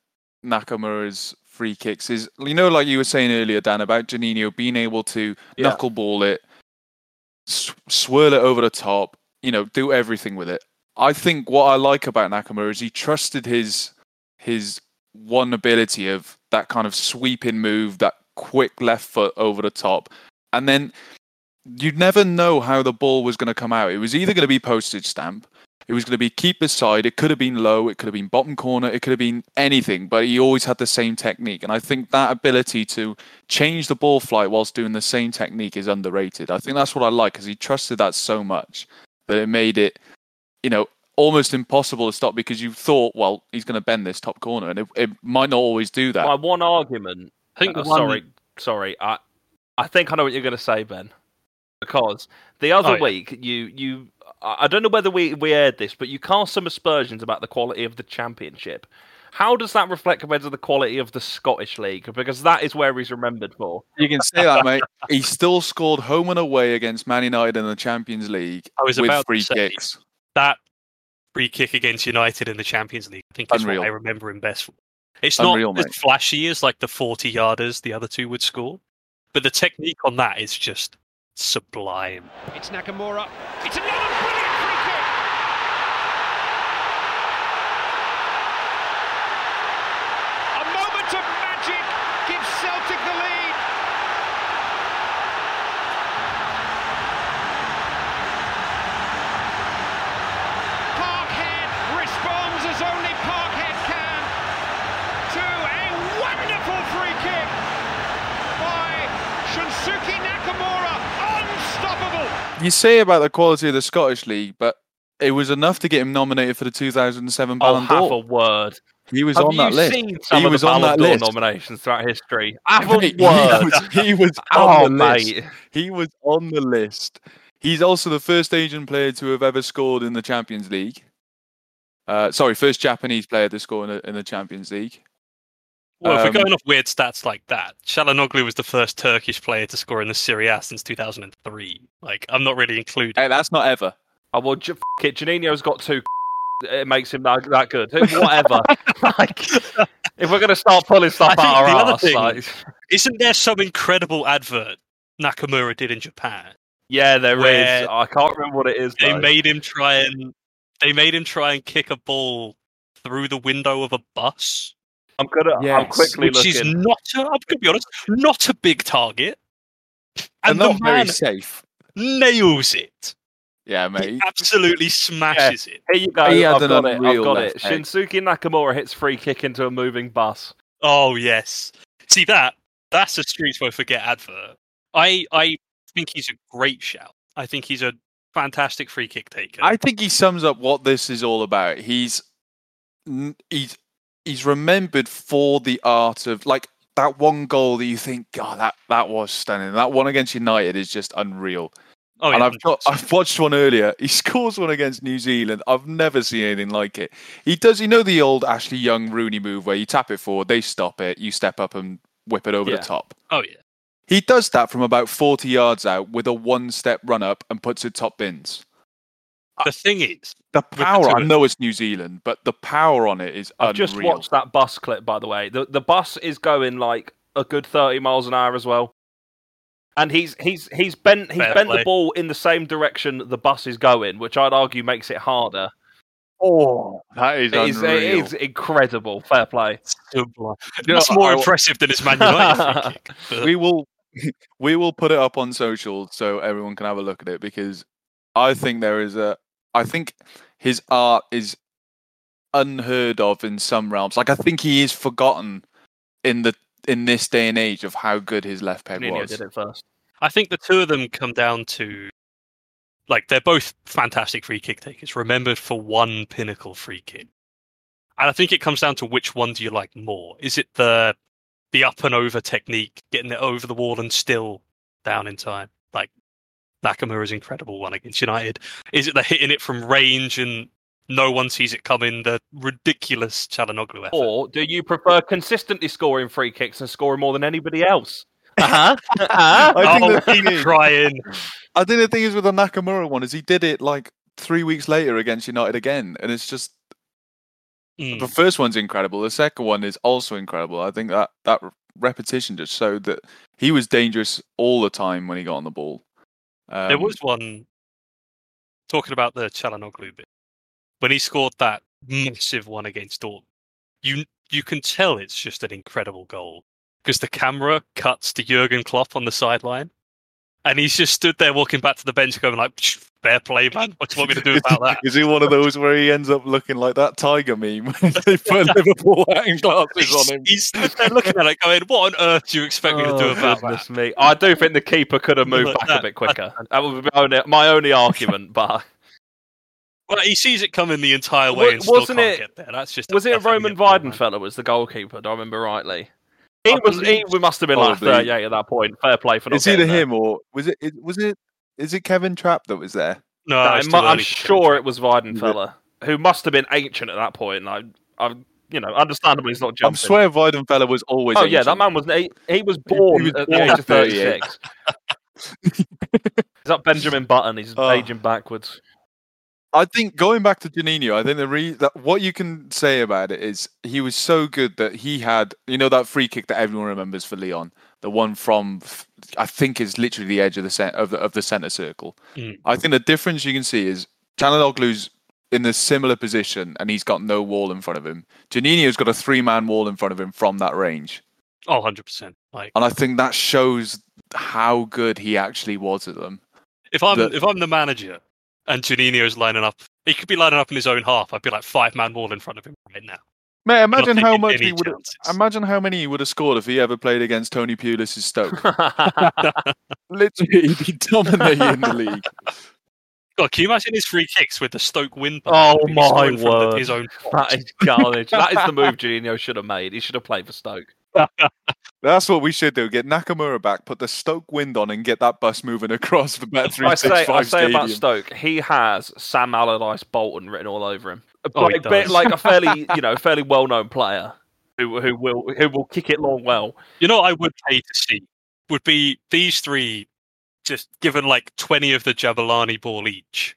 [SPEAKER 2] Nakamura's free kicks is you know like you were saying earlier Dan about Janino being able to
[SPEAKER 4] Yeah.
[SPEAKER 2] knuckleball it, sw- swirl it over the top, you know, do everything with it. I think what I like about Nakamura is he trusted his his one ability of that kind of sweeping move, that quick left foot over the top, and then you'd never know how the ball was going to come out. It was either going to be postage stamp, it was going to be keeper's side, it could have been low, it could have been bottom corner, it could have been anything, but he always had the same technique. And I think that ability to change the ball flight whilst doing the same technique is underrated. I think that's what I like because he trusted that so much that it made it, you know, almost impossible to stop because you thought, well, he's going to bend this top corner, and it, it might not always do that.
[SPEAKER 4] My one argument.
[SPEAKER 5] I think
[SPEAKER 4] oh,
[SPEAKER 5] the one-
[SPEAKER 4] Sorry, sorry. I, I think I know what you're going to say, Ben. Because the other
[SPEAKER 5] Oh, yeah.
[SPEAKER 4] week, you, you, I I don't know whether we we aired this, but you cast some aspersions about the quality of the championship. How does that reflect compared to the quality of the Scottish league? Because that is where he's remembered for.
[SPEAKER 2] You can say that, mate. He still scored home and away against Man United in the Champions League
[SPEAKER 5] I was
[SPEAKER 2] with
[SPEAKER 5] about to
[SPEAKER 2] free
[SPEAKER 5] say-
[SPEAKER 2] kicks.
[SPEAKER 5] That free kick against United in the Champions League, I think, is
[SPEAKER 2] Unreal.
[SPEAKER 5] what I remember him best for. It's
[SPEAKER 2] Unreal,
[SPEAKER 5] not as
[SPEAKER 2] mate.
[SPEAKER 5] flashy as like the 40 yarders the other two would score, but the technique on that is just sublime.
[SPEAKER 7] It's Nakamura. It's another brilliant free kick. A moment of magic gives Celtic the lead. Parkhead responds as only Parkhead can to a wonderful free kick by Shunsuke Nakamura. Unstoppable.
[SPEAKER 2] You say about the quality of the Scottish league, but it was enough to get him nominated for the 2007
[SPEAKER 4] Oh,
[SPEAKER 2] Ballon
[SPEAKER 4] half a
[SPEAKER 2] d'Or.
[SPEAKER 4] word.
[SPEAKER 2] He was
[SPEAKER 4] Have
[SPEAKER 2] on that
[SPEAKER 4] you
[SPEAKER 2] list.
[SPEAKER 4] seen some
[SPEAKER 2] He
[SPEAKER 4] of
[SPEAKER 2] was
[SPEAKER 4] the
[SPEAKER 2] on that
[SPEAKER 4] Ballon d'Or
[SPEAKER 2] list.
[SPEAKER 4] nominations
[SPEAKER 2] <laughs>
[SPEAKER 4] throughout history? Have a
[SPEAKER 2] Mate,
[SPEAKER 4] word.
[SPEAKER 2] He <laughs> was, he was
[SPEAKER 4] <laughs> Oh,
[SPEAKER 2] on the list.
[SPEAKER 4] mate.
[SPEAKER 2] He was on the list. He's also the first Asian player to have ever scored in the Champions League. Uh, sorry, first Japanese player to score in the, in the Champions League.
[SPEAKER 5] Well, if
[SPEAKER 2] Um,
[SPEAKER 5] we're going off weird stats like that, Shalanoglu was the first Turkish player to score in the Serie A since 2003. Like, I'm not really including.
[SPEAKER 2] Hey, that's not ever.
[SPEAKER 4] I will. J- f- it. Janino's got two. <laughs> It makes him that, that good.
[SPEAKER 2] <laughs>
[SPEAKER 4] Who- Whatever. like, if we're gonna start pulling
[SPEAKER 5] I
[SPEAKER 4] stuff
[SPEAKER 5] think
[SPEAKER 4] out
[SPEAKER 5] the
[SPEAKER 4] our
[SPEAKER 5] other
[SPEAKER 4] ass,
[SPEAKER 5] thing-
[SPEAKER 4] like,
[SPEAKER 5] Isn't there some incredible advert Nakamura did in Japan?
[SPEAKER 4] <laughs> yeah, there is.
[SPEAKER 5] Where-
[SPEAKER 4] I can't remember what it is.
[SPEAKER 5] They
[SPEAKER 4] though.
[SPEAKER 5] made him try and they made him try and kick a ball through the window of a bus,
[SPEAKER 4] I'm gonna. I'm
[SPEAKER 2] Yes.
[SPEAKER 4] quickly
[SPEAKER 5] which is
[SPEAKER 4] looking.
[SPEAKER 5] not. A, I'm gonna be honest, not a big target.
[SPEAKER 2] And
[SPEAKER 5] And
[SPEAKER 2] not
[SPEAKER 5] the
[SPEAKER 2] very
[SPEAKER 5] man
[SPEAKER 2] safe.
[SPEAKER 5] nails it.
[SPEAKER 2] Yeah,
[SPEAKER 5] He
[SPEAKER 2] mate.
[SPEAKER 5] absolutely smashes it.
[SPEAKER 4] Here you go.
[SPEAKER 2] He had
[SPEAKER 4] I've
[SPEAKER 2] an
[SPEAKER 4] got it. I've
[SPEAKER 2] unreal
[SPEAKER 4] got
[SPEAKER 2] left
[SPEAKER 4] it.
[SPEAKER 2] leg.
[SPEAKER 4] Shinsuke Nakamura hits free kick into a moving bus.
[SPEAKER 5] Oh yes. See that that's a Streets Will Forget advert. I I think he's a great shout. I think he's a fantastic free kick taker.
[SPEAKER 2] I think he sums up what this is all about. He's n- he's he's remembered for the art of like that one goal that you think, God, that that was stunning. That one against United is just unreal.
[SPEAKER 5] oh,
[SPEAKER 2] and
[SPEAKER 5] yeah,
[SPEAKER 2] I've got, I've watched one earlier. He scores one against New Zealand. I've never seen anything like it. He does. You know the old Ashley Young Rooney move where you tap it forward, they stop it, you step up and whip it over
[SPEAKER 4] Yeah.
[SPEAKER 2] the top.
[SPEAKER 5] oh yeah.
[SPEAKER 2] He does that from about 40 yards out with a one-step run up and puts it top bins.
[SPEAKER 5] The thing is,
[SPEAKER 2] The
[SPEAKER 5] the
[SPEAKER 2] power, I
[SPEAKER 5] tour.
[SPEAKER 2] know it's New Zealand, but the power on it is
[SPEAKER 4] I've
[SPEAKER 2] unreal.
[SPEAKER 4] just watched that bus clip, by the way. The the bus is going like a good thirty miles an hour as well. And he's he's he's bent he's
[SPEAKER 5] Fair
[SPEAKER 4] bent the
[SPEAKER 5] play.
[SPEAKER 4] ball in the same direction the bus is going, which I'd argue makes it harder.
[SPEAKER 2] Oh, that is
[SPEAKER 4] It is,
[SPEAKER 2] unreal.
[SPEAKER 4] it is incredible. Fair play.
[SPEAKER 5] sublime.
[SPEAKER 2] know
[SPEAKER 5] that's
[SPEAKER 2] what,
[SPEAKER 5] more
[SPEAKER 2] I-
[SPEAKER 5] impressive than his Man United free kick.
[SPEAKER 2] <laughs>
[SPEAKER 5] but-
[SPEAKER 2] We will, we will put it up on social so everyone can have a look at it because I think there is a, I think his art is unheard of in some realms. Like I think he is forgotten in the in this day and age of how good his left peg
[SPEAKER 4] Nuno
[SPEAKER 2] was.
[SPEAKER 4] did it first.
[SPEAKER 5] I think the two of them come down to like they're both fantastic free kick takers, remembered for one pinnacle free kick. And I think it comes down to which one do you like more? Is it the the up and over technique, getting it over the wall and still down in time? Like Nakamura's incredible one against United. Is it the hitting it from range and no one sees it coming, the ridiculous Chalanoglu effort?
[SPEAKER 4] Or do you prefer consistently scoring free kicks and scoring more than anybody else?
[SPEAKER 2] I think <laughs>
[SPEAKER 5] oh,
[SPEAKER 2] the thing
[SPEAKER 5] <laughs> keep
[SPEAKER 2] is-
[SPEAKER 5] crying.
[SPEAKER 2] I think the thing is with the Nakamura one is he did it like three weeks later against United again, and it's just
[SPEAKER 5] Mm.
[SPEAKER 2] The first one's incredible. The second one is also incredible. I think that that re- repetition just showed that he was dangerous all the time when he got on the ball. Um,
[SPEAKER 5] there was one talking about the Chalanoglu bit when he scored that massive one against Dortmund. You you can tell it's just an incredible goal because the camera cuts to Jurgen Klopp on the sideline, and he's just stood there walking back to the bench, going like, "Psh, "Fair play, man. What do you want me
[SPEAKER 4] <laughs>
[SPEAKER 5] to do about that?"
[SPEAKER 2] <laughs> Is he one of those where he ends up looking like that tiger meme when
[SPEAKER 5] <laughs>
[SPEAKER 2] they put Liverpool <laughs> hanging glasses
[SPEAKER 5] He's,
[SPEAKER 2] on him?
[SPEAKER 5] he's stood there looking at it, going, "What on earth do you expect me to do
[SPEAKER 4] Oh,
[SPEAKER 5] about that?"
[SPEAKER 4] goodness me. I do think the keeper could
[SPEAKER 5] <laughs>
[SPEAKER 4] have moved
[SPEAKER 5] Look,
[SPEAKER 4] back
[SPEAKER 5] that-
[SPEAKER 4] a bit quicker. That would be my only, my only argument, but
[SPEAKER 5] Well, he sees it coming the entire way
[SPEAKER 4] Wa-
[SPEAKER 5] and still
[SPEAKER 4] wasn't
[SPEAKER 5] can't
[SPEAKER 4] it-
[SPEAKER 5] get there. That's just
[SPEAKER 4] was it
[SPEAKER 5] effing
[SPEAKER 4] Roman
[SPEAKER 5] Liverpool, man.
[SPEAKER 4] Weidenfeller was the goalkeeper? Do I remember rightly? He
[SPEAKER 5] I
[SPEAKER 4] was. He
[SPEAKER 5] believe-
[SPEAKER 4] must have been like
[SPEAKER 2] Probably.
[SPEAKER 4] 38 at that point. Fair play for not
[SPEAKER 2] It's either
[SPEAKER 4] getting there.
[SPEAKER 2] him or was it? it- Was it? Is it Kevin Trapp that was there?
[SPEAKER 5] No,
[SPEAKER 4] No,
[SPEAKER 5] it's
[SPEAKER 4] it
[SPEAKER 5] too
[SPEAKER 4] mu- I'm
[SPEAKER 5] early to
[SPEAKER 4] sure
[SPEAKER 5] tell.
[SPEAKER 4] it was Weidenfeller, who must have been ancient at that point. Like, I, you know, understandably, he's not
[SPEAKER 2] I'm
[SPEAKER 4] jumping.
[SPEAKER 2] swear Weidenfeller was always.
[SPEAKER 4] Oh yeah, that
[SPEAKER 2] ancient.
[SPEAKER 4] man was he, he was born
[SPEAKER 2] was
[SPEAKER 4] at
[SPEAKER 2] born
[SPEAKER 4] the age
[SPEAKER 2] at
[SPEAKER 4] of thirty six.
[SPEAKER 2] <laughs>
[SPEAKER 4] Is that Benjamin Button? He's
[SPEAKER 2] Oh.
[SPEAKER 4] aging backwards.
[SPEAKER 2] <laughs>
[SPEAKER 4] <laughs>
[SPEAKER 2] I think going back to Janino, I think the re- that what you can say about it is he was so good that he had you know that free kick that everyone remembers for Leon, the one from f- I think is literally the edge of the cent- of the, of the center circle.
[SPEAKER 5] Mm.
[SPEAKER 2] I think the difference you can see is Chalanoglu's in a similar position and he's got no wall in front of him. Janino's got a three man wall in front of him from that range,
[SPEAKER 5] Oh, 100 percent. Like
[SPEAKER 2] and I think that shows how good he actually was at them.
[SPEAKER 5] if I'm
[SPEAKER 2] the-
[SPEAKER 5] if I'm the manager and Janino's lining up, he could be lining up in his own half. I'd be like five man wall in front of him right now.
[SPEAKER 2] Mate,
[SPEAKER 5] Not
[SPEAKER 2] imagine how
[SPEAKER 5] taking
[SPEAKER 2] much
[SPEAKER 5] any
[SPEAKER 2] he would
[SPEAKER 5] chances.
[SPEAKER 2] Imagine how many he would have scored if he ever played against Tony Pulis' <laughs> Stoke. Literally, <laughs> he'd be dominating the league.
[SPEAKER 5] God, can you imagine his free kicks with the Stoke win?
[SPEAKER 4] Oh
[SPEAKER 5] behind him,
[SPEAKER 4] my
[SPEAKER 5] scoring from the-
[SPEAKER 4] word.
[SPEAKER 5] his own.
[SPEAKER 4] that is carnage. that is the move Janino should have made. He should have played for Stoke.
[SPEAKER 2] That's what we should do. Get Nakamura back, put the Stoke wind on, and get that bus moving across the Bet
[SPEAKER 4] I say, I
[SPEAKER 2] 365
[SPEAKER 4] say
[SPEAKER 2] stadium.
[SPEAKER 4] about Stoke, he has Sam Allardyce Bolton written all over him. A
[SPEAKER 5] Oh, he
[SPEAKER 4] bit- bit
[SPEAKER 5] does.
[SPEAKER 4] like a
[SPEAKER 5] <laughs>
[SPEAKER 4] fairly, you know, fairly well-known player who who will who will kick it long well.
[SPEAKER 5] You know, what I would pay to see would be these three just given like 20 of the Jabalani ball each.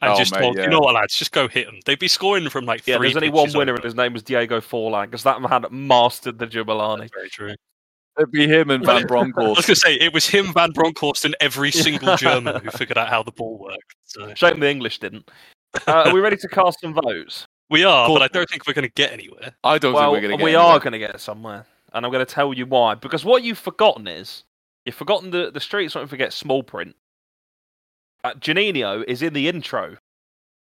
[SPEAKER 5] And
[SPEAKER 2] Oh,
[SPEAKER 5] just
[SPEAKER 2] mate,
[SPEAKER 5] told,
[SPEAKER 2] yeah.
[SPEAKER 5] you know what, lads, just go hit them. They'd be scoring from like
[SPEAKER 4] Yeah,
[SPEAKER 5] three.
[SPEAKER 4] there's only one
[SPEAKER 5] pitches
[SPEAKER 4] winner,
[SPEAKER 5] over.
[SPEAKER 4] and his name was Diego Forlan because that man mastered the Jubilani.
[SPEAKER 5] That's very true.
[SPEAKER 2] It'd be him and Van
[SPEAKER 5] I was
[SPEAKER 4] <laughs>
[SPEAKER 2] Bronckhorst.
[SPEAKER 5] going to say it was him, Van Bronckhorst, and every single German who figured out how the ball worked. So.
[SPEAKER 4] Shame the English didn't. Uh, are we ready to cast some votes?
[SPEAKER 5] We are,
[SPEAKER 2] Cool.
[SPEAKER 5] but I don't think we're going to get anywhere.
[SPEAKER 2] I don't think
[SPEAKER 4] well,
[SPEAKER 2] we're going to get
[SPEAKER 4] we
[SPEAKER 2] anywhere.
[SPEAKER 4] are going to get somewhere, and I'm going to tell you why. Because what you've forgotten is you've forgotten the the streets. Don't forget small print. Uh, Janino is in the intro,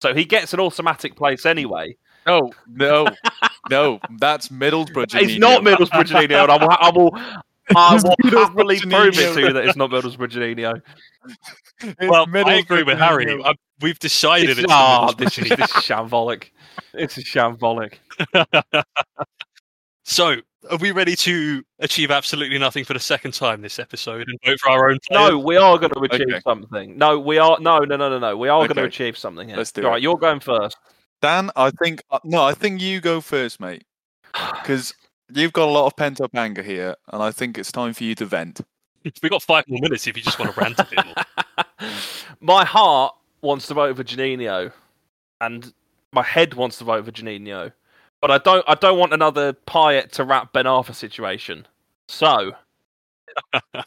[SPEAKER 4] so he gets an automatic place anyway.
[SPEAKER 2] No, no, no. That's Middlesbrough.
[SPEAKER 4] It's not
[SPEAKER 2] Janino.
[SPEAKER 4] Middlesbrough Janino, and I will, I will,
[SPEAKER 2] <laughs>
[SPEAKER 4] I
[SPEAKER 2] It's
[SPEAKER 4] will
[SPEAKER 2] Middlesbrough
[SPEAKER 4] happily prove it
[SPEAKER 2] Janino.
[SPEAKER 4] to you that it's not
[SPEAKER 2] <laughs>
[SPEAKER 4] Middlesbrough Janino.
[SPEAKER 2] It's
[SPEAKER 5] well, I
[SPEAKER 2] Middlesbrough
[SPEAKER 5] agree with Harry.
[SPEAKER 2] Janino.
[SPEAKER 5] I, we've decided
[SPEAKER 4] It's,
[SPEAKER 5] it's, the
[SPEAKER 4] ah,
[SPEAKER 5] Middlesbrough <laughs>
[SPEAKER 4] this is
[SPEAKER 5] team.
[SPEAKER 4] this is shambolic. It's
[SPEAKER 2] <laughs>
[SPEAKER 4] a shambolic.
[SPEAKER 5] So, are we ready to achieve absolutely nothing for the second time this episode and vote for our own player?
[SPEAKER 4] No, we are going to achieve
[SPEAKER 2] Okay.
[SPEAKER 4] something. No, we are. No, no, no, no, no. We are
[SPEAKER 2] Okay.
[SPEAKER 4] going to achieve something. Here.
[SPEAKER 2] Let's do
[SPEAKER 4] All
[SPEAKER 2] it.
[SPEAKER 4] right, you're going first.
[SPEAKER 2] Dan, I think uh, no, I think you go first,
[SPEAKER 4] <sighs>
[SPEAKER 2] mate, because you've got a lot of pent up anger here, and I think it's time for you to vent.
[SPEAKER 5] We got five more minutes if you just want to rant a bit more.
[SPEAKER 4] my heart wants to vote for Janino, and my head wants to vote for Janino, but I don't. I don't want another Payet to wrap Ben Arthur situation. So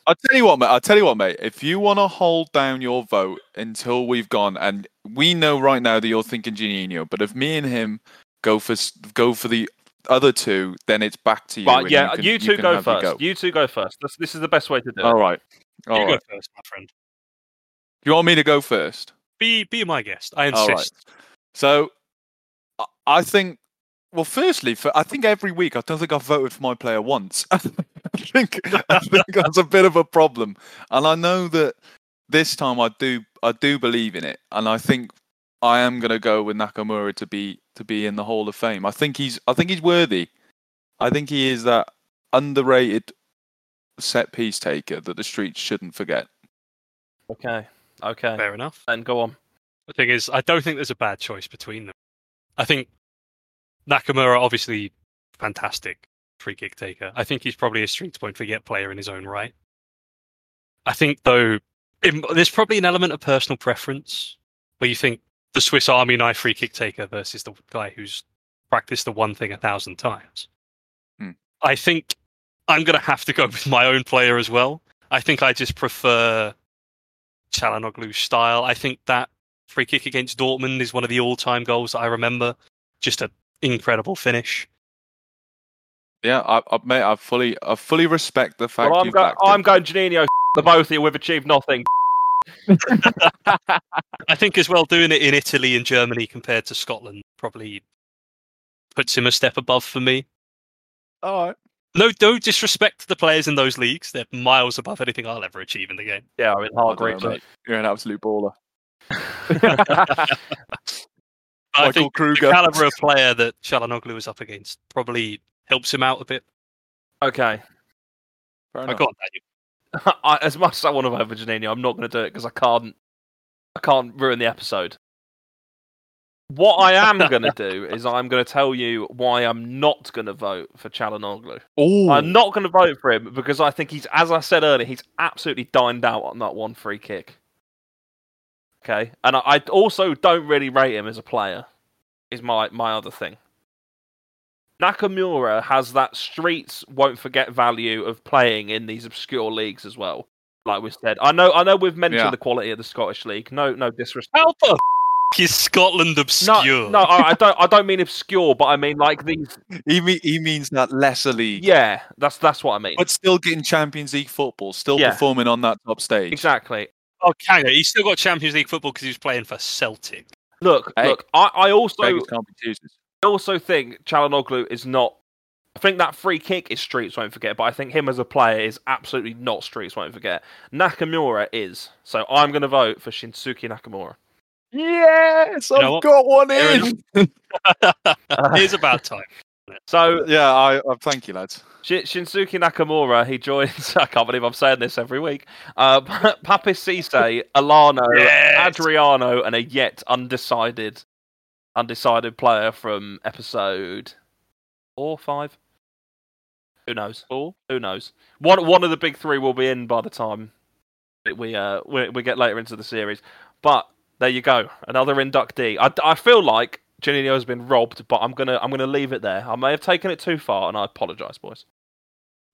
[SPEAKER 2] I'll tell you what, mate. I'll tell you what, mate. If you want to hold down your vote until we've gone, and we know right now that you're thinking Janino, but if me and him go for s- go for the other two, then it's back to you.
[SPEAKER 4] right,
[SPEAKER 2] and
[SPEAKER 4] yeah, you,
[SPEAKER 2] can-
[SPEAKER 4] two
[SPEAKER 2] can
[SPEAKER 4] go
[SPEAKER 2] have Oh. your
[SPEAKER 4] first. You two go first. This, this is the best way to do it.
[SPEAKER 2] All right, <laughs> all
[SPEAKER 5] you
[SPEAKER 2] right.
[SPEAKER 5] go first, my friend.
[SPEAKER 2] You want me to go first?
[SPEAKER 5] Be be my guest. I
[SPEAKER 2] All
[SPEAKER 5] insist.
[SPEAKER 2] right. So, I- I think. Well, firstly, for, I think every week I don't think I've voted for my player once. <laughs> I think I think that's a bit of a problem, and I know that this time I do I do believe in it, and I think I am going to go with Nakamura to be to be in the Hall of Fame. I think he's I think he's worthy. I think he is that underrated set piece taker that the streets shouldn't forget.
[SPEAKER 4] Okay. Okay.
[SPEAKER 5] Fair enough.
[SPEAKER 4] Then go on.
[SPEAKER 5] The thing is, I don't think there's a bad choice between them. I think Nakamura, obviously, fantastic free kick taker. I think he's probably a street point forget player in his own right. I think, though, in- there's probably an element of personal preference where you think the Swiss Army knife free kick taker versus the guy who's practice the one thing a thousand times.
[SPEAKER 2] Hmm.
[SPEAKER 5] I think I'm going to have to go <laughs> with my own player as well. I think I just prefer Chalanoglu's style. I think that free kick against Dortmund is one of the all-time goals that I remember. Just an incredible finish.
[SPEAKER 2] Yeah, I, I, mate, I fully, I fully respect the fact
[SPEAKER 4] Well, I'm,
[SPEAKER 2] you've
[SPEAKER 4] go-
[SPEAKER 2] backed it.
[SPEAKER 4] I'm going Janino. <laughs> The both of you, we've achieved nothing. <laughs>
[SPEAKER 5] I think as well doing it in Italy and Germany compared to Scotland probably puts him a step above for me.
[SPEAKER 2] All right.
[SPEAKER 5] No, no disrespect to the players in those leagues. They're miles above anything I'll ever achieve in the game.
[SPEAKER 4] Yeah, I'm in
[SPEAKER 2] I
[SPEAKER 4] hard
[SPEAKER 2] don't
[SPEAKER 4] grips.
[SPEAKER 2] know, mate. You're an absolute baller.
[SPEAKER 5] But I
[SPEAKER 2] Michael
[SPEAKER 5] think
[SPEAKER 2] Kruger.
[SPEAKER 5] the caliber of player that Chalanoglu is up against probably helps him out a bit.
[SPEAKER 4] okay.
[SPEAKER 2] Fair
[SPEAKER 5] I
[SPEAKER 2] enough.
[SPEAKER 5] got that.
[SPEAKER 4] <laughs> I, as much as I want to vote for Janino, I'm not going to do it because I can't. I can't ruin the episode. What I am going to do is I'm going to tell you why I'm not going to vote for Chalanoglu. I'm not going to vote for him because I think he's, as I said earlier, he's absolutely dined out on that one free kick. Okay, and I, I also don't really rate him as a player. Is my my other thing. Nakamura has that streets won't forget value of playing in these obscure leagues as well. Like we said, I know I know we've mentioned
[SPEAKER 2] Yeah.
[SPEAKER 4] the quality of the Scottish league. No, no disrespect.
[SPEAKER 5] How the f- is Scotland obscure?
[SPEAKER 4] No, no, I, I don't. I don't mean obscure, but I mean like these.
[SPEAKER 2] He, me- he means that lesser league,
[SPEAKER 4] Yeah, that's that's what I mean.
[SPEAKER 2] but still getting Champions League football, still
[SPEAKER 4] Yeah.
[SPEAKER 2] performing on that top stage.
[SPEAKER 4] exactly.
[SPEAKER 5] Oh, hang on. He's still got Champions League football because he was playing for Celtic.
[SPEAKER 4] Look,
[SPEAKER 2] Hey.
[SPEAKER 4] look. I, I also
[SPEAKER 2] Beggars can't be choosers.
[SPEAKER 4] I also think Chalanoglu is not. I think that free kick is Streets won't forget, but I think him as a player is absolutely not Streets won't forget. Nakamura is. So I'm going to vote for Shinsuke Nakamura.
[SPEAKER 2] Yes,
[SPEAKER 5] You know what?
[SPEAKER 2] got one
[SPEAKER 5] Fair It is about time.
[SPEAKER 4] So
[SPEAKER 2] Yeah, I, I thank you, lads.
[SPEAKER 4] Shi Shinsuke Nakamura, he joins. <laughs> I can't believe I'm saying this every week. Uh, <laughs> Papis Cisse, Alano,
[SPEAKER 5] Yes.
[SPEAKER 4] Adriano, and a yet undecided, undecided player from episode four, five. Who knows? Four? Who knows? One one of the big three will be in by the time that we uh we, we get later into the series. But there you go, another inductee. I, I feel like Janino has been robbed, but I'm gonna I'm gonna leave it there. I may have taken it too far, and I apologise, boys.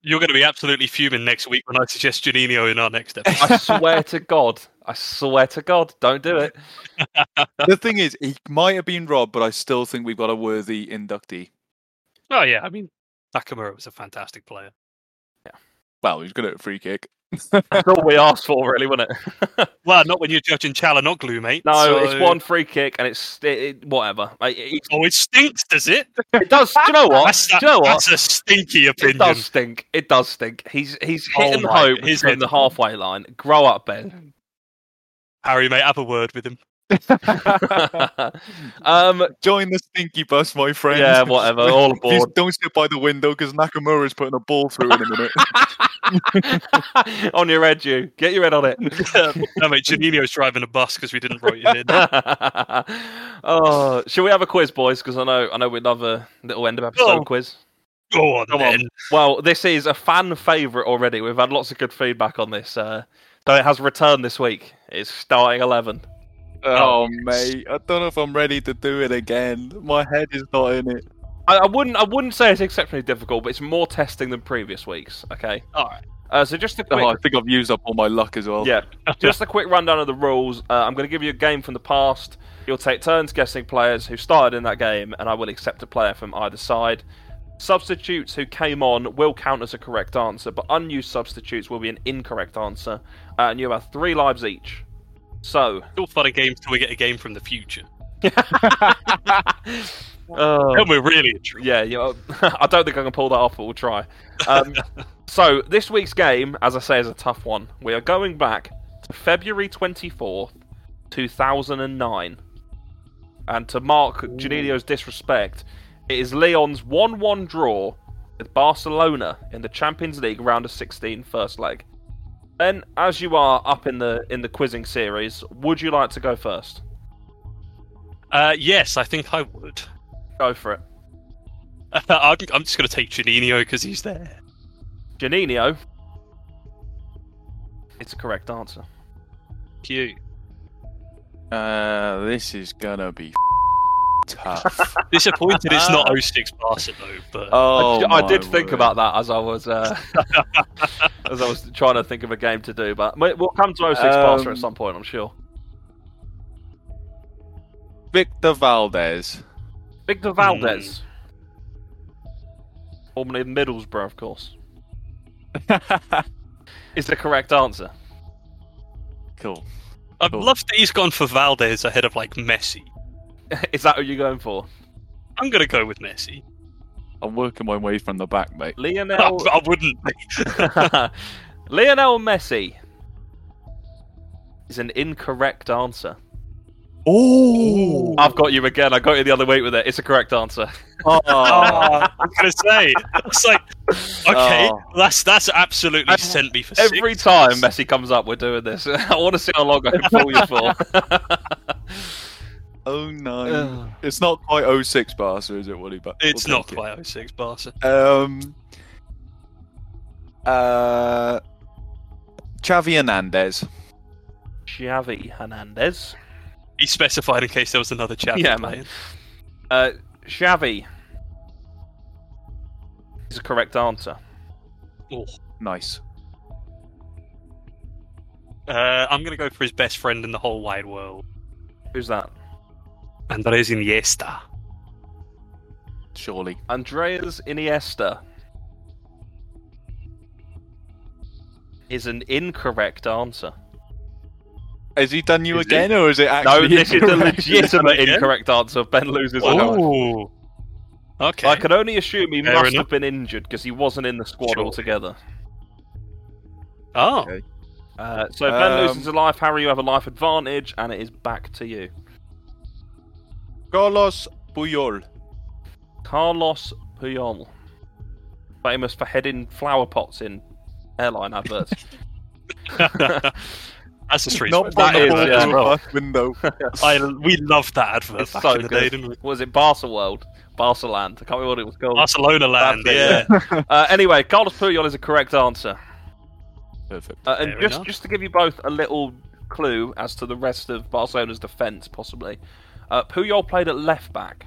[SPEAKER 5] You're going to be absolutely fuming next week when I suggest Janino in our next episode.
[SPEAKER 4] I swear to God, I swear to God, don't do it.
[SPEAKER 2] the thing is, he might have been robbed, but I still think we've got a worthy inductee.
[SPEAKER 5] <laughs> oh, yeah. I mean, Nakamura was a fantastic player.
[SPEAKER 2] Well, he's good at a free kick.
[SPEAKER 4] That's all we asked for, really, wasn't it? <laughs>
[SPEAKER 5] Well, not when you're judging Chalanoglu, mate.
[SPEAKER 4] no,
[SPEAKER 5] so-
[SPEAKER 4] it's one free kick, and it's it, it- whatever. Like, It,
[SPEAKER 5] Oh, it stinks, does it? <laughs>
[SPEAKER 4] it does. Do you know what?
[SPEAKER 5] That's, that,
[SPEAKER 4] do you know what?
[SPEAKER 5] that's a stinky
[SPEAKER 4] It
[SPEAKER 5] opinion.
[SPEAKER 4] does stink. It does stink. He's he's
[SPEAKER 5] Oh
[SPEAKER 4] hitting
[SPEAKER 5] my-
[SPEAKER 4] home
[SPEAKER 5] his
[SPEAKER 4] from the
[SPEAKER 5] head's gone.
[SPEAKER 4] halfway line. Grow up,
[SPEAKER 5] <laughs>
[SPEAKER 4] Ben. <laughs>
[SPEAKER 5] Harry, mate, have a word with him.
[SPEAKER 4] um,
[SPEAKER 2] Join the stinky bus, my friend. <laughs>
[SPEAKER 4] yeah,
[SPEAKER 5] <laughs>
[SPEAKER 4] whatever. All
[SPEAKER 2] Please
[SPEAKER 4] aboard.
[SPEAKER 2] don't sit by the window because Nakamura is putting a ball through in a minute.
[SPEAKER 4] <laughs> on your head, you get your head on it.
[SPEAKER 5] no, mate, Janino's driving a bus because we didn't
[SPEAKER 4] <laughs>
[SPEAKER 5] write him in.
[SPEAKER 4] oh, shall we have a quiz, boys? Because I know I know we love a little end of episode
[SPEAKER 5] Oh.
[SPEAKER 4] quiz.
[SPEAKER 5] Go on,
[SPEAKER 4] Come on.
[SPEAKER 5] then.
[SPEAKER 4] Well, this is a fan favourite already. We've had lots of good feedback on this. Uh, so it has returned this week. It's starting 11.
[SPEAKER 2] oh, mate, I don't know if I'm ready to do it again. My head is not in it.
[SPEAKER 4] I, I wouldn't I wouldn't say it's exceptionally difficult, but it's more testing than previous weeks. Okay.
[SPEAKER 5] All right.
[SPEAKER 4] Uh, so just a quick
[SPEAKER 2] Oh, I think I've used up all my luck as well.
[SPEAKER 4] yeah, <laughs> just a quick rundown of the rules. Uh, I'm going to give you a game from the past. You'll take turns guessing players who started in that game, and I will accept a player from either side. Substitutes who came on will count as a correct answer, but unused substitutes will be an incorrect answer. Uh, and you have three lives each. So,
[SPEAKER 5] It's all fun and games till we get a game from the future.
[SPEAKER 2] Oh.
[SPEAKER 4] uh,
[SPEAKER 5] Then we're really in trouble.
[SPEAKER 4] Yeah, you know, <laughs> I don't think I can pull that off, but we'll try. Um, so this week's game, as I say, is a tough one. We are going back to February twenty fourth, two thousand and nine, and to mark Janilio's disrespect, it is Leon's one one draw with Barcelona in the Champions League round of 16 first leg. Then, as you are up in the in the quizzing series, would you like to go first?
[SPEAKER 5] Uh, yes, I think I would. <laughs>
[SPEAKER 4] Go for it,
[SPEAKER 5] I'm, I'm just going to take Janino because he's there.
[SPEAKER 4] Janilio. It's a correct answer.
[SPEAKER 5] Cute.
[SPEAKER 2] Uh, this is gonna be <laughs> tough.
[SPEAKER 5] Disappointed it's <laughs> not 06 Barcelona, but
[SPEAKER 2] oh,
[SPEAKER 4] I, I
[SPEAKER 2] my
[SPEAKER 4] did think
[SPEAKER 2] word.
[SPEAKER 4] about that as I was
[SPEAKER 2] <laughs>
[SPEAKER 4] uh, as I was trying to think of a game to do, but we- we'll come to 06 Barca
[SPEAKER 2] Um,
[SPEAKER 4] at some point, I'm sure.
[SPEAKER 2] Victor Valdez.
[SPEAKER 4] Victor Valdez, formerly of Hmm. Middlesbrough,
[SPEAKER 2] <laughs>
[SPEAKER 4] of course, is the correct answer. <laughs>
[SPEAKER 2] cool.
[SPEAKER 5] I've
[SPEAKER 2] cool.
[SPEAKER 5] loved that he's gone for Valdez ahead of like Messi.
[SPEAKER 4] is that what you're going for,
[SPEAKER 5] I'm gonna go with Messi.
[SPEAKER 2] I'm working my way from the back, mate.
[SPEAKER 5] I,
[SPEAKER 4] Lionel?
[SPEAKER 2] <laughs>
[SPEAKER 4] <laughs>
[SPEAKER 5] I wouldn't.
[SPEAKER 4] Lionel Messi is an incorrect answer.
[SPEAKER 2] Oh,
[SPEAKER 4] I've got you again. I got you the other week with it. It's a correct answer.
[SPEAKER 2] <laughs>
[SPEAKER 5] Oh, I'm gonna say
[SPEAKER 4] <laughs>
[SPEAKER 5] it's like okay,
[SPEAKER 2] Oh.
[SPEAKER 5] that's that's absolutely
[SPEAKER 4] Every-
[SPEAKER 5] sent me for
[SPEAKER 4] Every
[SPEAKER 5] six.
[SPEAKER 4] time Messi comes up, we're doing this. <laughs> I want to see how long I can fool you
[SPEAKER 5] <laughs>
[SPEAKER 4] for.
[SPEAKER 2] oh nine. it's not quite 06 Barca, is it, Woody? But we'll
[SPEAKER 5] It's
[SPEAKER 2] take
[SPEAKER 5] not
[SPEAKER 2] it.
[SPEAKER 5] quite 06 Barca.
[SPEAKER 2] Um. Uh. Xavi Hernandez.
[SPEAKER 4] Xavi Hernandez.
[SPEAKER 5] He specified in case there was another chat.
[SPEAKER 4] Yeah, mate. Uh, Xavi is a correct answer.
[SPEAKER 5] Oh.
[SPEAKER 2] Nice.
[SPEAKER 5] Uh, I'm gonna go for his best friend in the whole wide world,
[SPEAKER 4] Who's that?
[SPEAKER 5] Andres Iniesta.
[SPEAKER 2] Surely.
[SPEAKER 4] Andreas Iniesta is an incorrect answer.
[SPEAKER 2] Has he done you
[SPEAKER 5] Is
[SPEAKER 2] again, or is it
[SPEAKER 4] No,
[SPEAKER 2] actually? <laughs>
[SPEAKER 4] this is the
[SPEAKER 2] incorrect?
[SPEAKER 4] legitimate
[SPEAKER 5] Again?
[SPEAKER 4] incorrect answer. Ben loses. the point.
[SPEAKER 5] Oh, okay.
[SPEAKER 4] I can only assume he
[SPEAKER 5] Fair
[SPEAKER 4] must
[SPEAKER 5] enough.
[SPEAKER 4] have been injured because he wasn't in the squad
[SPEAKER 5] Sure.
[SPEAKER 4] altogether.
[SPEAKER 5] Oh,
[SPEAKER 2] Okay.
[SPEAKER 4] Uh, so Ben
[SPEAKER 2] Um,
[SPEAKER 4] loses a life. Harry, you have a life advantage, and it is back to you.
[SPEAKER 2] Carlos Puyol.
[SPEAKER 4] Carlos Puyol, famous for heading flower pots in airline
[SPEAKER 5] <laughs>
[SPEAKER 4] adverts. <laughs>
[SPEAKER 5] that's the street.
[SPEAKER 2] Not
[SPEAKER 4] that
[SPEAKER 2] that
[SPEAKER 4] is,
[SPEAKER 2] is,
[SPEAKER 4] yeah. <laughs>
[SPEAKER 2] window.
[SPEAKER 5] I we loved that advert
[SPEAKER 4] it's
[SPEAKER 5] back
[SPEAKER 4] so
[SPEAKER 5] in the day,
[SPEAKER 4] good.
[SPEAKER 5] didn't we?
[SPEAKER 4] What Was it Barca World? Barca Land? I can't remember what it was called.
[SPEAKER 5] Barcelona land,
[SPEAKER 4] That's
[SPEAKER 5] yeah.
[SPEAKER 4] it, <laughs> uh, anyway, Carlos Puyol is a correct answer.
[SPEAKER 2] Perfect.
[SPEAKER 4] Uh, and
[SPEAKER 5] Fair
[SPEAKER 4] just
[SPEAKER 5] enough.
[SPEAKER 4] just to give you both a little clue as to the rest of Barcelona's defence, possibly. Uh, Puyol played at left back.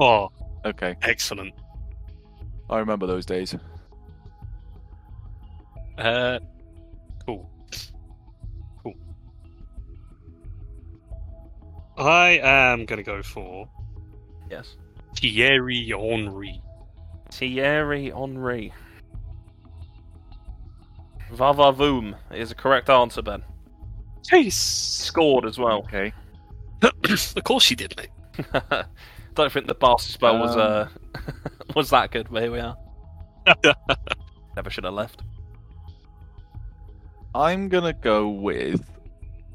[SPEAKER 5] Oh,
[SPEAKER 2] Okay,
[SPEAKER 5] excellent.
[SPEAKER 2] I remember those days.
[SPEAKER 5] Uh, cool. Cool. I am gonna go for
[SPEAKER 4] Yes.
[SPEAKER 5] Thierry Henry.
[SPEAKER 4] Thierry Henry. Vavavoom is the correct answer, Ben.
[SPEAKER 5] <coughs> Chase.
[SPEAKER 4] Scored as well.
[SPEAKER 2] Okay.
[SPEAKER 5] of course he did, mate.
[SPEAKER 4] <laughs> Don't think the Barca spell was
[SPEAKER 2] Um.
[SPEAKER 4] uh, <laughs> was that good, but here <laughs> we are. Never should have left.
[SPEAKER 2] I'm gonna go with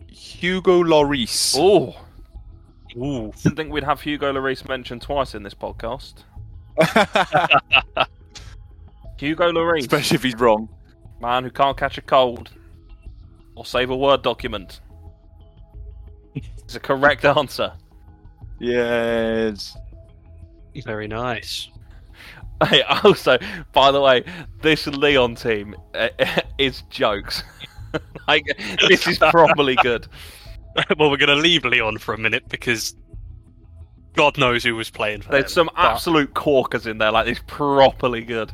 [SPEAKER 2] Hugo Lloris.
[SPEAKER 4] Oh,
[SPEAKER 5] Ooh,
[SPEAKER 4] <laughs> didn't think we'd have Hugo Lloris mentioned twice in this podcast. Hugo
[SPEAKER 2] <laughs>
[SPEAKER 4] Lloris,
[SPEAKER 2] Especially if he's wrong.
[SPEAKER 4] man who can't catch a cold or save a Word <laughs> document. It's a correct answer.
[SPEAKER 2] Yes.
[SPEAKER 5] very nice.
[SPEAKER 4] Hey, <laughs> also, by the way, this Leon team uh, <laughs> is jokes. <laughs> like, this is probably good.
[SPEAKER 5] <laughs> well, we're gonna leave Leon for a minute because God knows who was playing for them.
[SPEAKER 4] There's some
[SPEAKER 5] but-
[SPEAKER 4] absolute corkers in there. Like, it's properly good.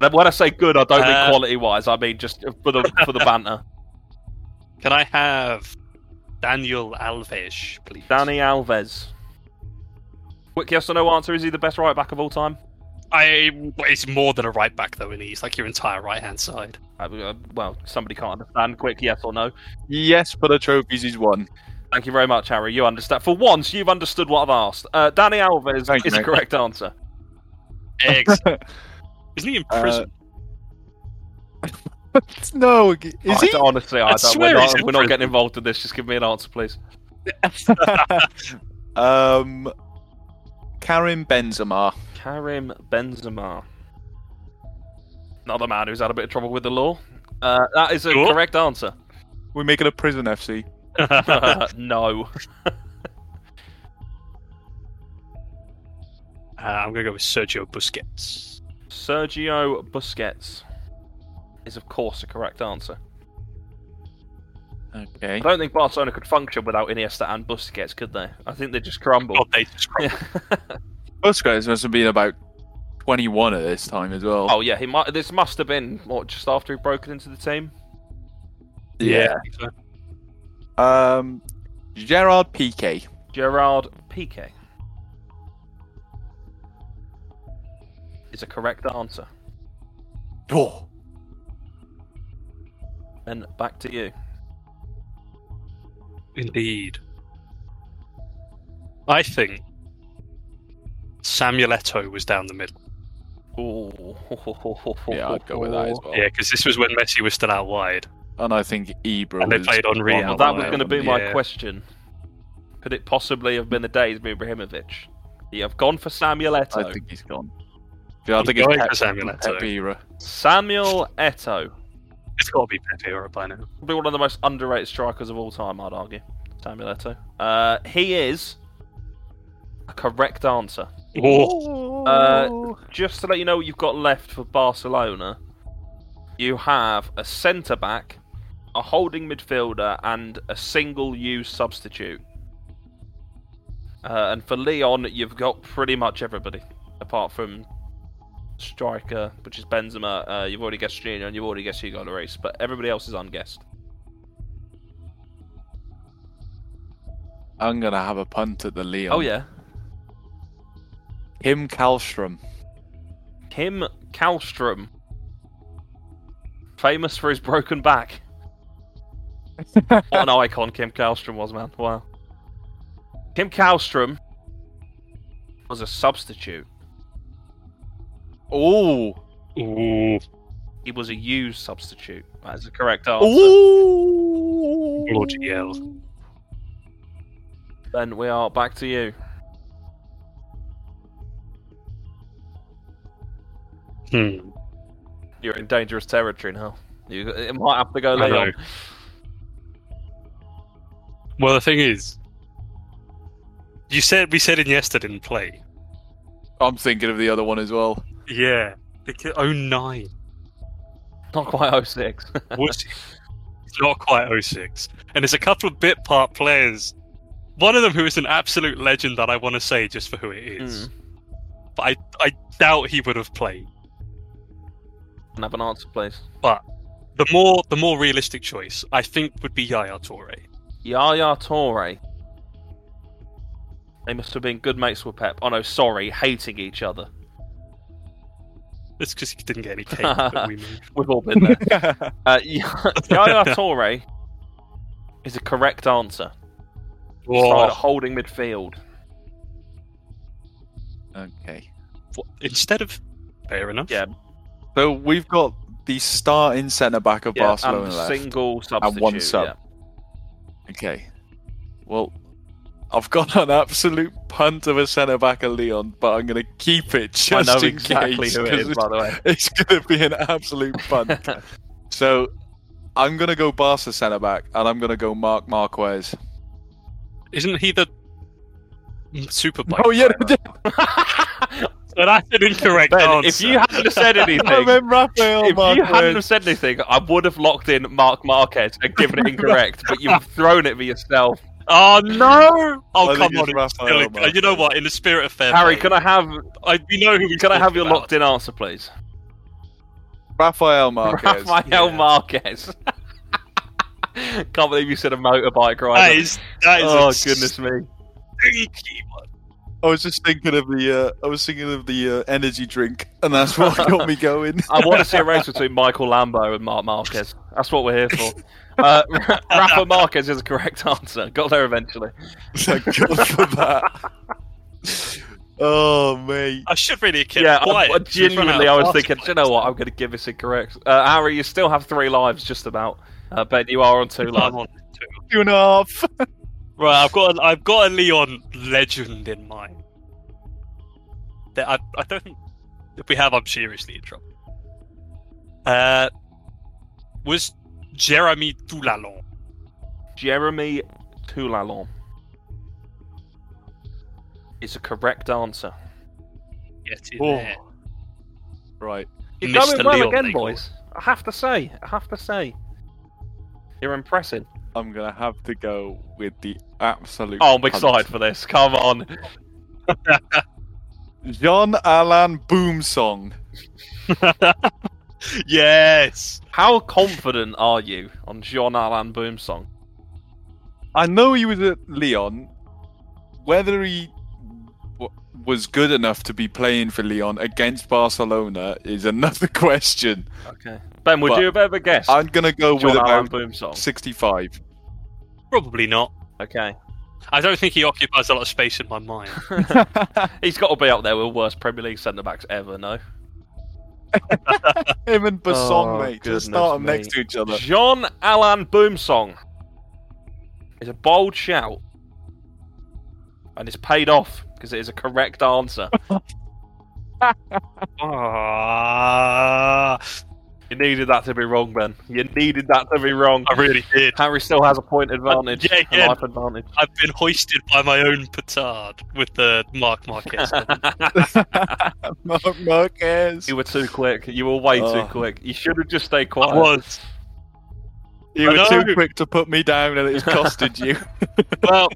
[SPEAKER 4] And when I say good, I don't
[SPEAKER 5] Uh,
[SPEAKER 4] mean quality-wise. I mean just for the for the banter.
[SPEAKER 5] Can I have Daniel Alves, please?
[SPEAKER 4] Danny Alves. Quick yes or no answer. Is he the best right back of all time?
[SPEAKER 5] I. It's more than a right back though, and he's like your entire right hand side.
[SPEAKER 4] Uh, uh, well, somebody can't understand. Quick yes or no.
[SPEAKER 2] Yes, for the trophies he's won.
[SPEAKER 4] Thank you very much, Harry. You understand. For once, you've understood what I've asked. Uh, Danny Alves
[SPEAKER 2] Thank you,
[SPEAKER 4] is the
[SPEAKER 2] mate.
[SPEAKER 4] correct answer.
[SPEAKER 5] Eggs. <laughs> Isn't he in
[SPEAKER 2] Uh,
[SPEAKER 4] <laughs>
[SPEAKER 5] prison?
[SPEAKER 2] <laughs>
[SPEAKER 5] <laughs>
[SPEAKER 2] no, is
[SPEAKER 4] Oh, I don't- honestly, I,
[SPEAKER 5] I
[SPEAKER 4] don't. We're
[SPEAKER 5] swear he's
[SPEAKER 4] not,
[SPEAKER 5] in
[SPEAKER 4] we're not
[SPEAKER 5] prison.
[SPEAKER 4] getting involved in this. Just give me an answer, please.
[SPEAKER 2] um, Karim Benzema.
[SPEAKER 4] Karim Benzema. Another man who's had a bit of trouble with the law. Uh, that is a
[SPEAKER 5] Sure.
[SPEAKER 4] correct <laughs> answer.
[SPEAKER 2] We're making a prison FC.
[SPEAKER 4] no.
[SPEAKER 5] Uh, I'm gonna go with Sergio Busquets.
[SPEAKER 4] Sergio Busquets is, of course, the correct answer.
[SPEAKER 2] Okay.
[SPEAKER 4] I don't think Barcelona could function without Iniesta and Busquets, could they? I think they just crumble.
[SPEAKER 5] God, they just
[SPEAKER 4] Oh.
[SPEAKER 5] <laughs> crumbled.
[SPEAKER 2] Busquets must have been about 21 at this time as well.
[SPEAKER 4] <laughs> Oh yeah, he might. This must have been what just after he'd broken into the team.
[SPEAKER 5] So,
[SPEAKER 2] Um, Gerard Piqué.
[SPEAKER 4] Gerard Piqué is a correct answer.
[SPEAKER 2] Oh.
[SPEAKER 4] And back to you.
[SPEAKER 5] Indeed. I think Samuel Eto'o was down the middle.
[SPEAKER 4] <laughs> Ooh.
[SPEAKER 2] Yeah, I'd go with that as well.
[SPEAKER 5] Yeah, because this was when Messi was still out wide.
[SPEAKER 2] And I think Ibra
[SPEAKER 5] And they
[SPEAKER 2] was
[SPEAKER 5] played Henri
[SPEAKER 2] on
[SPEAKER 5] out
[SPEAKER 2] the
[SPEAKER 4] Well, that was
[SPEAKER 2] way
[SPEAKER 4] going to
[SPEAKER 2] on.
[SPEAKER 4] be my
[SPEAKER 5] yeah.
[SPEAKER 4] question. Could it possibly have been the days of Ibrahimovic? You have gone for Samuel Eto.
[SPEAKER 2] I think he's gone. Yeah, I
[SPEAKER 5] He's
[SPEAKER 2] think it's
[SPEAKER 5] going
[SPEAKER 2] Pep-
[SPEAKER 5] for Samuel
[SPEAKER 2] Pep
[SPEAKER 5] Eto'o.
[SPEAKER 2] Ibra.
[SPEAKER 4] Samuel Eto.
[SPEAKER 5] It's got to be Pepe or by now.
[SPEAKER 4] Probably one of the most underrated strikers of all time, I'd argue. Samuel Eto. Uh, he is a correct answer.
[SPEAKER 5] Oh,
[SPEAKER 4] Uh, just to let you know what you've got left for Barcelona, you have a centre back, a holding midfielder, and a single use substitute. Uh, and for Leon, you've got pretty much everybody, apart from striker, which is Benzema. Uh, you've already guessed Junior, and you've already guessed Hugo Lloris, but everybody else is unguessed.
[SPEAKER 2] I'm going to have a punt at the Leon.
[SPEAKER 4] Oh yeah,
[SPEAKER 2] Kim Kalstrom.
[SPEAKER 4] Kim Kalstrom, famous for his broken back. what an icon Kim Kalstrom was, man! Wow. Kim Kalstrom was a substitute.
[SPEAKER 2] Oh.
[SPEAKER 5] Ooh.
[SPEAKER 4] He was a used substitute. That is the correct answer.
[SPEAKER 2] Ooh.
[SPEAKER 5] Bloody hell.
[SPEAKER 4] Then we are back to you.
[SPEAKER 5] Hmm.
[SPEAKER 4] You're in dangerous territory now. You it might have to go
[SPEAKER 5] I know.
[SPEAKER 4] Leon.
[SPEAKER 5] Well, the thing is, you said we said Iniesta didn't play.
[SPEAKER 2] I'm thinking of the other one as <laughs> well.
[SPEAKER 5] Yeah, because 09
[SPEAKER 4] Not quite <laughs> 06.
[SPEAKER 5] was it's not quite 06, and there's a couple of bit part players. One of them who is an absolute legend that I want to say just for who it
[SPEAKER 4] Hmm.
[SPEAKER 5] is, but I I doubt he would have played.
[SPEAKER 4] And have an answer, please.
[SPEAKER 5] But the more the more realistic choice I think would be Yaya Toure.
[SPEAKER 4] Yaya Toure. They must have been good mates with Pep. Oh no, sorry, hating each other.
[SPEAKER 5] It's because he didn't get any cake
[SPEAKER 4] <laughs>
[SPEAKER 5] that we made.
[SPEAKER 4] We've all been
[SPEAKER 2] <laughs>
[SPEAKER 4] there. uh, Y- Yaya Toure is a correct answer. Started at
[SPEAKER 5] Oh,
[SPEAKER 4] holding midfield.
[SPEAKER 2] Okay.
[SPEAKER 5] instead of fair enough.
[SPEAKER 4] Yeah,
[SPEAKER 2] So we've got the starting centre back of
[SPEAKER 4] yeah
[SPEAKER 2] Barcelona
[SPEAKER 4] and
[SPEAKER 2] left.
[SPEAKER 4] single substitute.
[SPEAKER 2] one sub.
[SPEAKER 4] yeah.
[SPEAKER 2] Okay. Well, I've got an absolute punt of a centre back of Leon, but I'm going to keep it
[SPEAKER 4] I
[SPEAKER 2] just
[SPEAKER 4] know
[SPEAKER 2] in
[SPEAKER 4] exactly
[SPEAKER 2] case.
[SPEAKER 4] who it
[SPEAKER 2] 'cause
[SPEAKER 4] is,
[SPEAKER 2] it's-
[SPEAKER 4] by the
[SPEAKER 2] <laughs>
[SPEAKER 4] way.
[SPEAKER 2] It's going to be an absolute punt. so I'm going to go Barca centre back, and I'm going to go Mark Marquez.
[SPEAKER 5] Isn't he the super bike?
[SPEAKER 2] Oh, yeah.
[SPEAKER 5] But that's an incorrect
[SPEAKER 4] Ben,
[SPEAKER 5] answer.
[SPEAKER 4] if you hadn't have said
[SPEAKER 2] <laughs> I
[SPEAKER 4] anything,
[SPEAKER 2] meant Rafael
[SPEAKER 4] if you hadn't have
[SPEAKER 2] Marquez.
[SPEAKER 4] said anything, I would have locked in Mark Marquez
[SPEAKER 2] <laughs>
[SPEAKER 4] and given it incorrect. but you've thrown it for yourself.
[SPEAKER 5] Oh no! Oh
[SPEAKER 2] I
[SPEAKER 5] come
[SPEAKER 2] think
[SPEAKER 5] on!
[SPEAKER 2] it's
[SPEAKER 5] it's
[SPEAKER 2] Rafael
[SPEAKER 5] still in-
[SPEAKER 2] Marquez.
[SPEAKER 5] you know what? In the spirit of fair
[SPEAKER 4] Harry,
[SPEAKER 5] play,
[SPEAKER 4] can I have
[SPEAKER 5] I, we know who we
[SPEAKER 4] can I have your locked in answer, please?
[SPEAKER 2] Rafael Marquez.
[SPEAKER 4] Rafael
[SPEAKER 5] yeah.
[SPEAKER 4] Marquez. <laughs> Can't believe you said a motorbike
[SPEAKER 5] That
[SPEAKER 4] rider.
[SPEAKER 5] is that is
[SPEAKER 4] oh
[SPEAKER 5] a
[SPEAKER 4] goodness me.
[SPEAKER 5] stinky one.
[SPEAKER 2] I was just thinking of the. Uh, I was thinking of the uh, energy drink, and that's what got me going.
[SPEAKER 4] I want to see a race between Michael Lambo and Mark Marquez. That's what we're here for. Uh, <laughs> R- Rafa Marquez is the correct answer. Got there eventually.
[SPEAKER 2] Thank God for that. oh mate.
[SPEAKER 5] I should really have kept
[SPEAKER 4] yeah, I-
[SPEAKER 5] quiet.
[SPEAKER 4] I,
[SPEAKER 5] We've run
[SPEAKER 4] genuinely, I
[SPEAKER 5] out of
[SPEAKER 4] was
[SPEAKER 5] fast
[SPEAKER 4] thinking, do you
[SPEAKER 5] players. <laughs>
[SPEAKER 4] know what? I'm going to give this incorrect. Uh, Harry, you still have three lives, just about. Uh, ben, you are on two lives.
[SPEAKER 5] <laughs> I'm on two.
[SPEAKER 2] Two and a half.
[SPEAKER 5] Right, I've got a, I've got a Leon legend in mind. That I I don't think if we have, I'm seriously in trouble. Uh, was Jeremy Doulalon?
[SPEAKER 4] Jeremy Toulalon is a correct answer.
[SPEAKER 5] Get in
[SPEAKER 2] Oh.
[SPEAKER 5] there.
[SPEAKER 2] Right.
[SPEAKER 4] You're
[SPEAKER 5] Mr.
[SPEAKER 4] going well
[SPEAKER 5] Leon,
[SPEAKER 4] again,
[SPEAKER 5] they call
[SPEAKER 4] boys. I have to say, I have to say, you're impressing.
[SPEAKER 2] I'm gonna have to go with the absolute.
[SPEAKER 4] Oh, I'm
[SPEAKER 2] punt.
[SPEAKER 4] excited for this. Come on.
[SPEAKER 2] Jean Alan Boom Song.
[SPEAKER 5] yes.
[SPEAKER 4] How confident are you on Jean Alain Boomsong?
[SPEAKER 2] I know he was at Leon. Whether he w- was good enough to be playing for Leon against Barcelona is another <laughs> question.
[SPEAKER 4] Okay. Ben, would
[SPEAKER 2] But-
[SPEAKER 4] you have ever guessed
[SPEAKER 2] I'm gonna go
[SPEAKER 4] Jean
[SPEAKER 2] with
[SPEAKER 4] Alain
[SPEAKER 2] about
[SPEAKER 4] Boomsong?
[SPEAKER 2] 65.
[SPEAKER 5] Probably not.
[SPEAKER 4] Okay.
[SPEAKER 5] I don't think he occupies a lot of space in
[SPEAKER 4] <laughs>
[SPEAKER 5] my mind.
[SPEAKER 4] He's got to be up there with worst Premier League centre backs ever, no?
[SPEAKER 2] Him and Basong,
[SPEAKER 4] Oh,
[SPEAKER 2] mate,
[SPEAKER 4] goodness
[SPEAKER 2] just start them next
[SPEAKER 4] me.
[SPEAKER 2] to each other.
[SPEAKER 4] <laughs> Jean Alan Boomsong is a bold shout, and it's paid off because it is a correct <laughs> answer.
[SPEAKER 5] Ah,
[SPEAKER 4] you needed that to be wrong, Ben. You needed that to be wrong.
[SPEAKER 5] I really did.
[SPEAKER 4] Harry still has a point advantage,
[SPEAKER 5] Oh, Yeah,
[SPEAKER 4] a
[SPEAKER 5] yeah.
[SPEAKER 4] life advantage.
[SPEAKER 5] I've been hoisted by my own petard with the
[SPEAKER 4] <laughs>
[SPEAKER 5] Mark Marquez.
[SPEAKER 2] Mark Marquez.
[SPEAKER 4] You were too quick. You were way
[SPEAKER 2] Oh.
[SPEAKER 4] too quick. You should have just stayed
[SPEAKER 5] I
[SPEAKER 4] quiet.
[SPEAKER 5] was.
[SPEAKER 2] You
[SPEAKER 5] I
[SPEAKER 2] were
[SPEAKER 5] know.
[SPEAKER 2] too quick to put me down, and it's costed you.
[SPEAKER 5] Well,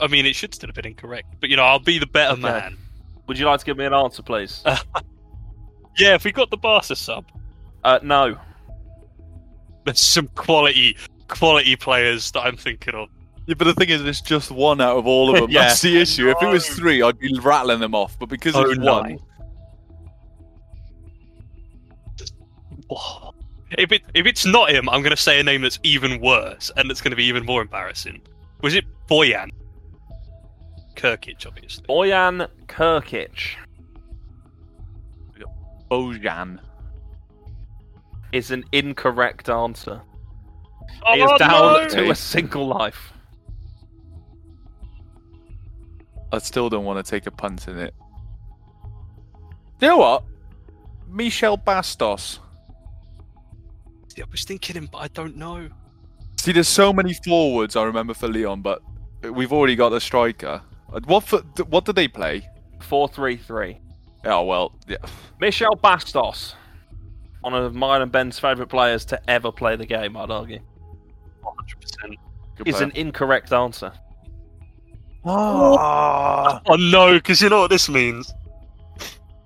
[SPEAKER 5] I mean, it should still have been incorrect, but you know, I'll be the better
[SPEAKER 4] Okay.
[SPEAKER 5] man.
[SPEAKER 4] Would you like to give me an answer, please?
[SPEAKER 5] Uh. Yeah, if we got the Barca sub,
[SPEAKER 4] Uh, no.
[SPEAKER 5] there's some quality, quality players that I'm thinking of.
[SPEAKER 2] <laughs> Yeah, but the thing is, it's just one out of all <laughs> of them.
[SPEAKER 4] Yeah.
[SPEAKER 2] That's the issue. If it was three, I'd be rattling them off. But because
[SPEAKER 5] Oh,
[SPEAKER 2] it's
[SPEAKER 5] no.
[SPEAKER 2] one,
[SPEAKER 5] Whoa. If it if it's not him, I'm going to say a name that's even worse, and it's going to be even more embarrassing. Was it Boyan? Kirkic, obviously.
[SPEAKER 4] Boyan Kirkic
[SPEAKER 2] Bojan.
[SPEAKER 4] is an incorrect answer.
[SPEAKER 5] Oh,
[SPEAKER 4] he is down
[SPEAKER 5] no!
[SPEAKER 4] to a single life.
[SPEAKER 2] I still don't want to take a punt in it. You know what? Michel Bastos.
[SPEAKER 5] I was thinking him, but I don't know.
[SPEAKER 2] See, there's so many forwards I remember for Leon, but we've already got a striker. Uh, What for, th- what did they play?
[SPEAKER 4] 4 3 3.
[SPEAKER 2] Oh well, yeah.
[SPEAKER 4] Michel Bastos, one of mine and Ben's favourite players to ever play the game, I'd argue,
[SPEAKER 5] 100%.
[SPEAKER 2] Good
[SPEAKER 4] is
[SPEAKER 2] player.
[SPEAKER 4] an incorrect answer.
[SPEAKER 5] Oh no, because you know what this means.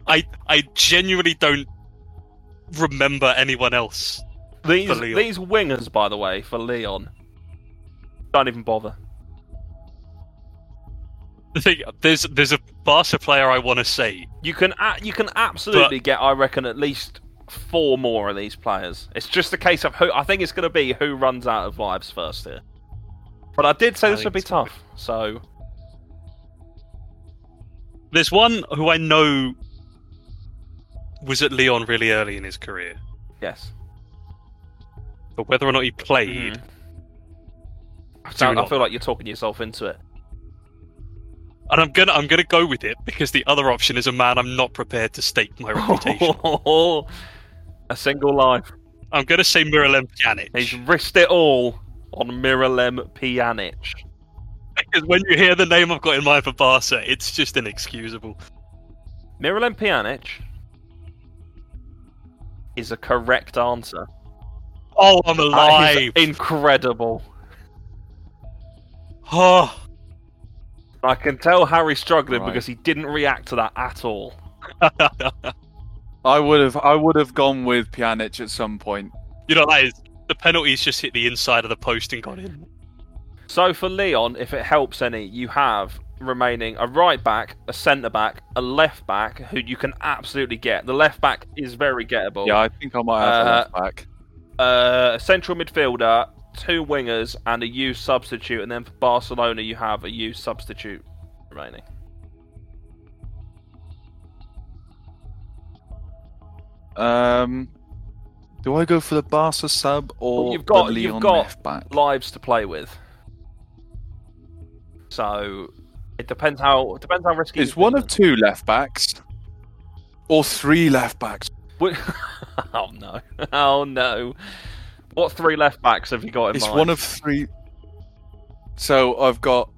[SPEAKER 5] I I genuinely don't remember anyone else.
[SPEAKER 4] These
[SPEAKER 5] For Leon.
[SPEAKER 4] these wingers, by the way, for Leon, don't even bother.
[SPEAKER 5] The thing, there's there's a Barca player I want to say.
[SPEAKER 4] You can a- you can absolutely get, I reckon, at least four more of these players. It's just a case of who. I think it's going to be who runs out of lives first here. But I did say
[SPEAKER 5] I
[SPEAKER 4] this
[SPEAKER 5] think
[SPEAKER 4] would be
[SPEAKER 5] it's gonna
[SPEAKER 4] tough, so
[SPEAKER 5] There's one who I know was at Leon really early in his career,
[SPEAKER 4] yes.
[SPEAKER 5] but whether or not he played,
[SPEAKER 4] I,
[SPEAKER 5] Do
[SPEAKER 4] sound- I
[SPEAKER 5] not.
[SPEAKER 4] feel like you're talking yourself into
[SPEAKER 5] <laughs>
[SPEAKER 4] it.
[SPEAKER 5] and I'm gonna I'm gonna go with it because the other option is a man I'm not prepared to stake
[SPEAKER 4] <laughs>
[SPEAKER 5] my reputation.
[SPEAKER 4] a single life.
[SPEAKER 5] I'm gonna say Miralem Pjanic.
[SPEAKER 4] He's risked it all on Miralem Pjanic.
[SPEAKER 5] Because when you hear the name I've got in mind for Barca, it's just inexcusable.
[SPEAKER 4] Miralem Pjanic is a correct answer.
[SPEAKER 5] Oh, I'm
[SPEAKER 4] That
[SPEAKER 5] alive!
[SPEAKER 4] is incredible.
[SPEAKER 5] <laughs> Oh,
[SPEAKER 4] I can tell Harry's struggling
[SPEAKER 2] Right.
[SPEAKER 4] because he didn't react to that at all.
[SPEAKER 2] I would have I would have gone with Pjanic at some point.
[SPEAKER 5] you know that is the penalty's just hit the inside of the post and gone in.
[SPEAKER 4] So for Leon, if it helps any, you have remaining a right back, a centre back, a left back who you can absolutely get. The left back is very gettable.
[SPEAKER 2] Yeah, I think I might have
[SPEAKER 4] Uh,
[SPEAKER 2] a left back.
[SPEAKER 4] uh, a central midfielder, two wingers, and a U substitute. And then for Barcelona, you have a U substitute remaining.
[SPEAKER 2] Um, do I go for the Barca sub or
[SPEAKER 4] you've got-
[SPEAKER 2] the
[SPEAKER 4] you've
[SPEAKER 2] Leon
[SPEAKER 4] got-
[SPEAKER 2] left back?
[SPEAKER 4] Lives to play with. So it depends how it depends how risky.
[SPEAKER 2] It's
[SPEAKER 4] you
[SPEAKER 2] one of two
[SPEAKER 4] think
[SPEAKER 2] left backs or three left backs.
[SPEAKER 4] it- <laughs> oh no! <laughs> Oh no! What three left backs have you got in
[SPEAKER 2] It's
[SPEAKER 4] mind?
[SPEAKER 2] one of three. So I've got.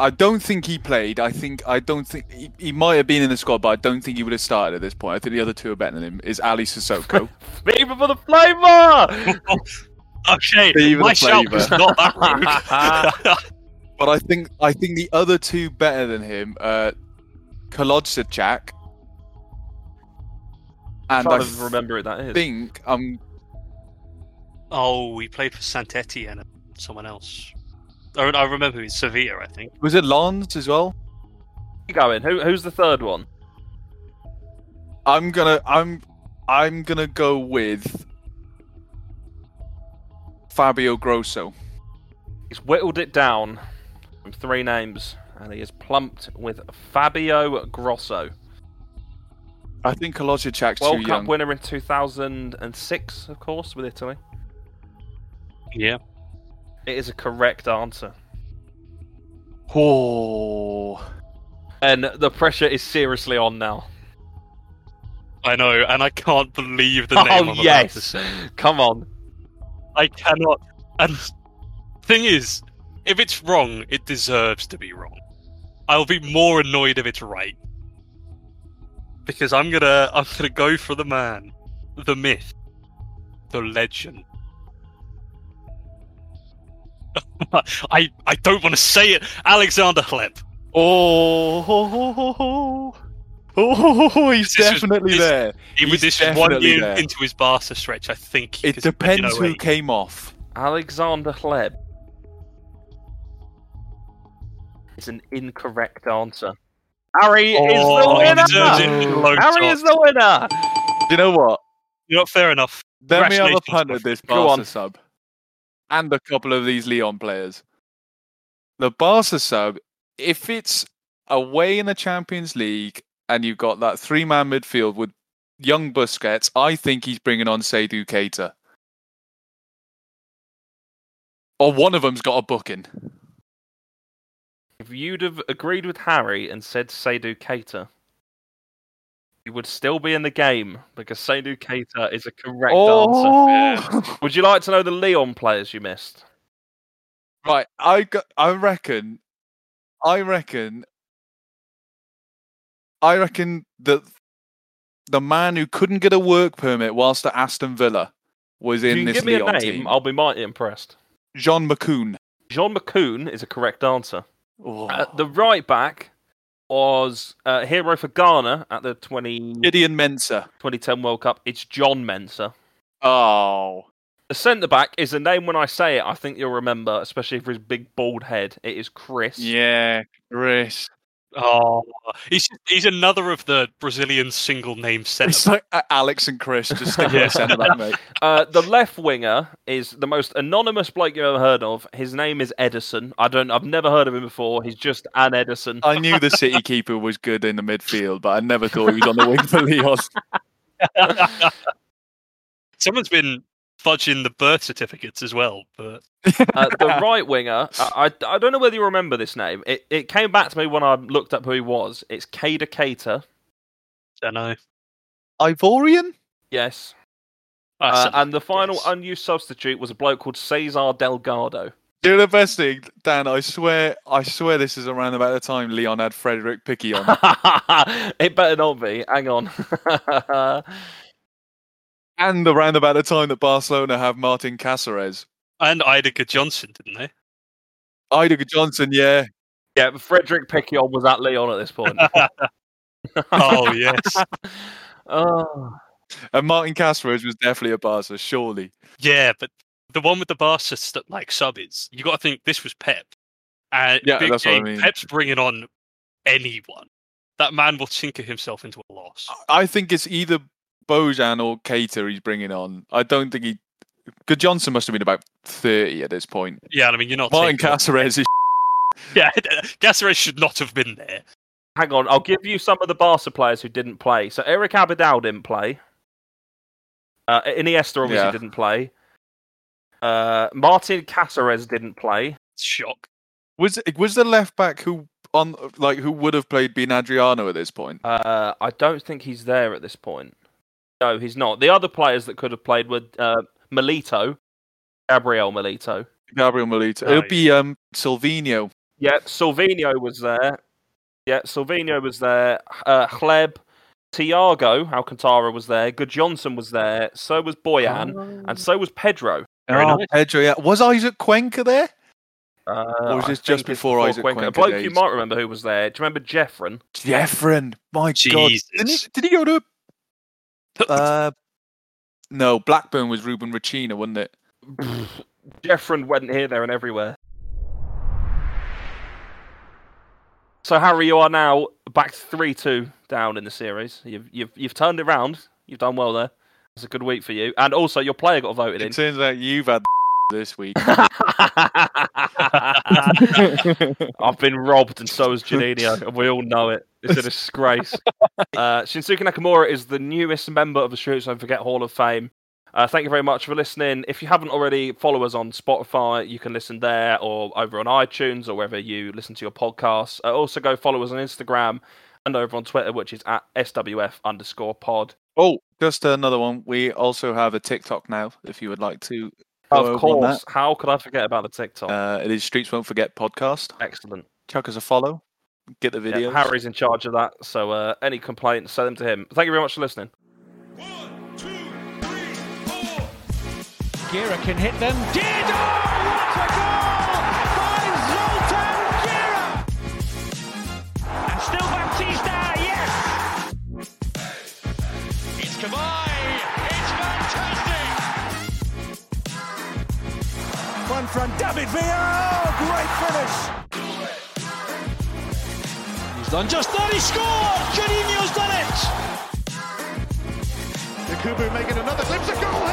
[SPEAKER 2] I don't think he played. I think I don't think he, he might have been in the squad, but I don't think he would have started at this point.
[SPEAKER 4] <laughs>
[SPEAKER 2] I think the other two are better than him. Is Ali Sissoko? <laughs>
[SPEAKER 4] Fever for the flavour.
[SPEAKER 5] Okay,
[SPEAKER 2] Fever
[SPEAKER 5] Oh, my
[SPEAKER 2] the
[SPEAKER 5] shout
[SPEAKER 2] flavour.
[SPEAKER 5] was
[SPEAKER 4] <laughs>
[SPEAKER 5] not that rude.
[SPEAKER 2] But I think I think the other two better than him, uh, Kolodziejczak,
[SPEAKER 4] I'm
[SPEAKER 2] and I
[SPEAKER 4] trying to remember it. That is.
[SPEAKER 2] think I'm
[SPEAKER 5] <laughs> oh, he played for Santetti and uh, someone else. I, I remember he's Sevilla, I think.
[SPEAKER 2] was it Lons as well.
[SPEAKER 4] You go in. Who, who's the third one?
[SPEAKER 2] I'm gonna I'm I'm gonna go with Fabio Grosso.
[SPEAKER 4] He's whittled it down from three names, and he is plumped with Fabio Grosso,
[SPEAKER 2] I think Kolodziejczak's
[SPEAKER 4] World
[SPEAKER 2] too
[SPEAKER 4] Cup
[SPEAKER 2] young.
[SPEAKER 4] winner in 2006, of course, with Italy.
[SPEAKER 5] Yeah.
[SPEAKER 4] It is a correct answer,
[SPEAKER 2] Oh,
[SPEAKER 4] and the pressure is seriously on now.
[SPEAKER 5] I know, and I can't believe <laughs> the name
[SPEAKER 4] oh
[SPEAKER 5] I'm about to
[SPEAKER 4] yes,
[SPEAKER 5] say.
[SPEAKER 4] come on.
[SPEAKER 5] I cannot. And thing is, if it's wrong, it deserves to be wrong. I'll be more annoyed if it's right because I'm gonna I'm gonna go for the man, the myth, the legend. <laughs> I I don't want to say it, Alexander Hleb.
[SPEAKER 2] oh, oh, oh, oh, oh he's
[SPEAKER 5] This was-
[SPEAKER 2] definitely
[SPEAKER 5] this-
[SPEAKER 2] there.
[SPEAKER 5] He was
[SPEAKER 2] He's
[SPEAKER 5] this is one
[SPEAKER 2] definitely
[SPEAKER 5] year
[SPEAKER 2] there.
[SPEAKER 5] into his Barca stretch, I think.
[SPEAKER 2] It
[SPEAKER 5] 'cause he played in
[SPEAKER 2] depends who
[SPEAKER 5] 08.
[SPEAKER 2] came off.
[SPEAKER 4] Alexander Hleb is an incorrect answer. Harry
[SPEAKER 5] Oh, he
[SPEAKER 4] is the
[SPEAKER 5] deserves
[SPEAKER 4] winner.
[SPEAKER 5] it. Low
[SPEAKER 4] Harry
[SPEAKER 5] top.
[SPEAKER 4] is the winner.
[SPEAKER 2] Do you know what?
[SPEAKER 5] You know, fair enough.
[SPEAKER 2] Then we have a
[SPEAKER 5] Congratulations,
[SPEAKER 2] punt
[SPEAKER 5] my
[SPEAKER 2] at this
[SPEAKER 4] Go
[SPEAKER 2] Barca
[SPEAKER 4] on.
[SPEAKER 2] sub, and a couple of these Leon players. The Barca sub, if it's away in the Champions League and you've got that three-man midfield with young Busquets, I think he's bringing on Seydou Keita. Or one of them's got a booking.
[SPEAKER 4] If you'd have agreed with Harry and said Seydou Keita, you would still be in the game because Seydou Keita is a correct Oh!
[SPEAKER 2] Oh! <laughs>
[SPEAKER 4] answer. Would you like to know the Leon players you missed?
[SPEAKER 2] Right, I got, I reckon, I reckon, I reckon that the man who couldn't get a work permit whilst at Aston Villa was
[SPEAKER 4] If
[SPEAKER 2] in
[SPEAKER 4] you can
[SPEAKER 2] this
[SPEAKER 4] give me
[SPEAKER 2] Leon
[SPEAKER 4] a name,
[SPEAKER 2] team.
[SPEAKER 4] I'll be mighty impressed.
[SPEAKER 2] Jean McCoon.
[SPEAKER 4] Jean McCoon is a correct answer. Uh,
[SPEAKER 2] Oh.
[SPEAKER 4] the right back was uh, hero for Ghana at the 20,
[SPEAKER 2] Gideon Mensah.
[SPEAKER 4] 2010 World Cup. It's John Mensah.
[SPEAKER 2] Oh,
[SPEAKER 4] The centre back is a name when I say it, I think you'll remember, especially for his big bald head. It is Chris.
[SPEAKER 2] yeah, Chris.
[SPEAKER 5] Oh, he's he's another of the Brazilian single
[SPEAKER 2] <laughs>
[SPEAKER 5] name
[SPEAKER 2] It's
[SPEAKER 5] setup.
[SPEAKER 2] like uh, Alex and Chris just stick
[SPEAKER 5] Yeah.
[SPEAKER 2] yeah. centre back, mate.
[SPEAKER 4] Uh, the left winger is the most anonymous bloke you've ever heard of. His name is Edison. I don't. I've never heard of him before. He's just an Edison.
[SPEAKER 2] I knew the City keeper was good in the midfield, but I never thought he was on the wing
[SPEAKER 4] <laughs>
[SPEAKER 2] for Leon.
[SPEAKER 5] Someone's been fudging the birth certificates as well, but
[SPEAKER 4] Uh, the
[SPEAKER 5] <laughs>
[SPEAKER 4] right winger. I, I I don't know whether you remember this name. It it came back to me when I looked up who he was. It's Kada Keita.
[SPEAKER 5] I know.
[SPEAKER 2] Ivorian?
[SPEAKER 4] Yes.
[SPEAKER 5] That's
[SPEAKER 4] Uh,
[SPEAKER 5] a-
[SPEAKER 4] and the final
[SPEAKER 5] yes.
[SPEAKER 4] unused substitute was a bloke called Cesar Delgado.
[SPEAKER 2] Do you know the best thing, Dan. I swear, I swear, this is around about the time Leon had Frederick Picky on.
[SPEAKER 4] <laughs> it better not be. Hang on. <laughs>
[SPEAKER 2] and around about the time that Barcelona have Martin Caceres,
[SPEAKER 5] and Idaker Johnson,
[SPEAKER 2] <laughs>
[SPEAKER 5] didn't they?
[SPEAKER 2] Idaga Johnson. Yeah,
[SPEAKER 4] yeah, but Frederick Picquion was at Leon at this point.
[SPEAKER 5] Oh yes,
[SPEAKER 4] oh.
[SPEAKER 2] and Martin Caceres was definitely a Barca, surely.
[SPEAKER 5] yeah. But the one with the Barca st- like sub is you got to think this was Pep. And
[SPEAKER 2] Yeah,
[SPEAKER 5] big
[SPEAKER 2] that's what I
[SPEAKER 5] game,
[SPEAKER 2] mean.
[SPEAKER 5] Pep's bringing on anyone. That man will tinker himself into a loss.
[SPEAKER 2] I- I think it's either Bojan or Cater he's bringing on. I don't think he. Good Johnson must have been about thirty at this point.
[SPEAKER 5] Yeah, I mean you're not
[SPEAKER 2] Martin
[SPEAKER 5] taking-
[SPEAKER 2] Caceres is.
[SPEAKER 5] <laughs> Yeah, <laughs> Gasseres should not have been there.
[SPEAKER 4] Hang on, I'll give you some of the Barca players who didn't play. So Eric Abidal didn't play. Uh, Iniesta obviously
[SPEAKER 2] Yeah.
[SPEAKER 4] didn't play. Uh, Martin Caceres didn't play.
[SPEAKER 5] Shock.
[SPEAKER 2] Was was the left back who on like who would have played been Adriano at this point?
[SPEAKER 4] Uh, I don't think he's there at this point. No, he's not. The other players that could have played were uh, Melito, Gabriel Melito.
[SPEAKER 2] Gabriel Milito.
[SPEAKER 5] No,
[SPEAKER 2] It'll be um Silvino.
[SPEAKER 4] Yeah, Silvino was there. Yeah, Silvino was there. Uh, Hleb, Tiago Alcantara was there. Good Johnson was there. So was Boyan, and so was Pedro.
[SPEAKER 5] Very
[SPEAKER 2] oh,
[SPEAKER 5] nice.
[SPEAKER 2] Pedro, yeah. Was Isaac Cuenca there?
[SPEAKER 4] Uh,
[SPEAKER 2] was
[SPEAKER 4] I
[SPEAKER 2] this just
[SPEAKER 4] think it's
[SPEAKER 2] before Isaac
[SPEAKER 4] Cuenca. A
[SPEAKER 2] Cuenca
[SPEAKER 4] bloke you
[SPEAKER 2] days?
[SPEAKER 4] might remember who was there. Do you remember
[SPEAKER 2] <sighs>
[SPEAKER 4] Jeffren?
[SPEAKER 2] Jeffren. My God. Didn't he,
[SPEAKER 5] Jesus.
[SPEAKER 2] did he go to. Uh, no, Blackburn was Ruben Racina, wasn't it?
[SPEAKER 4] Jeffren went here, there, and everywhere. So Harry, you are now back three-two down in the series. You've you've you've turned it round. You've done well there. It's a good week for you, and also your player got voted in.
[SPEAKER 2] It turns out you've had <laughs> this week.
[SPEAKER 4] <laughs> I've been robbed, and so has Janino, and we all know it. It's
[SPEAKER 2] <laughs>
[SPEAKER 4] a disgrace. Uh, Shinsuke Nakamura is the newest member of the Shoot So Forget Hall of Fame. Uh, thank you very much for listening. If you haven't already, follow us on Spotify. You can listen there or over on iTunes or wherever you listen to your podcasts. Uh, also, go follow us on Instagram and over on Twitter, which is at SWF underscore pod.
[SPEAKER 2] oh, just another one. We also have a TikTok now, if you would like to. go over
[SPEAKER 4] of
[SPEAKER 2] on that.
[SPEAKER 4] course, how could I forget about the TikTok?
[SPEAKER 2] Uh, it is Streets Won't Forget podcast.
[SPEAKER 4] Excellent.
[SPEAKER 2] Chuck us a follow. Get the
[SPEAKER 4] Yeah,
[SPEAKER 2] video.
[SPEAKER 4] Harry's in charge of that, so uh, any complaints, send them to him. Thank you very much for listening.
[SPEAKER 3] One, two, three, four.
[SPEAKER 7] Gira can hit them. Did what a goal by Zoltan Gira! And still Baptista, yes. It's Kavai. It's fantastic.
[SPEAKER 6] One from David Villa. Oh, great finish.
[SPEAKER 7] Oh, He's done just that. He scored. Juninho's done it.
[SPEAKER 3] Yakubu making another glimpse of goal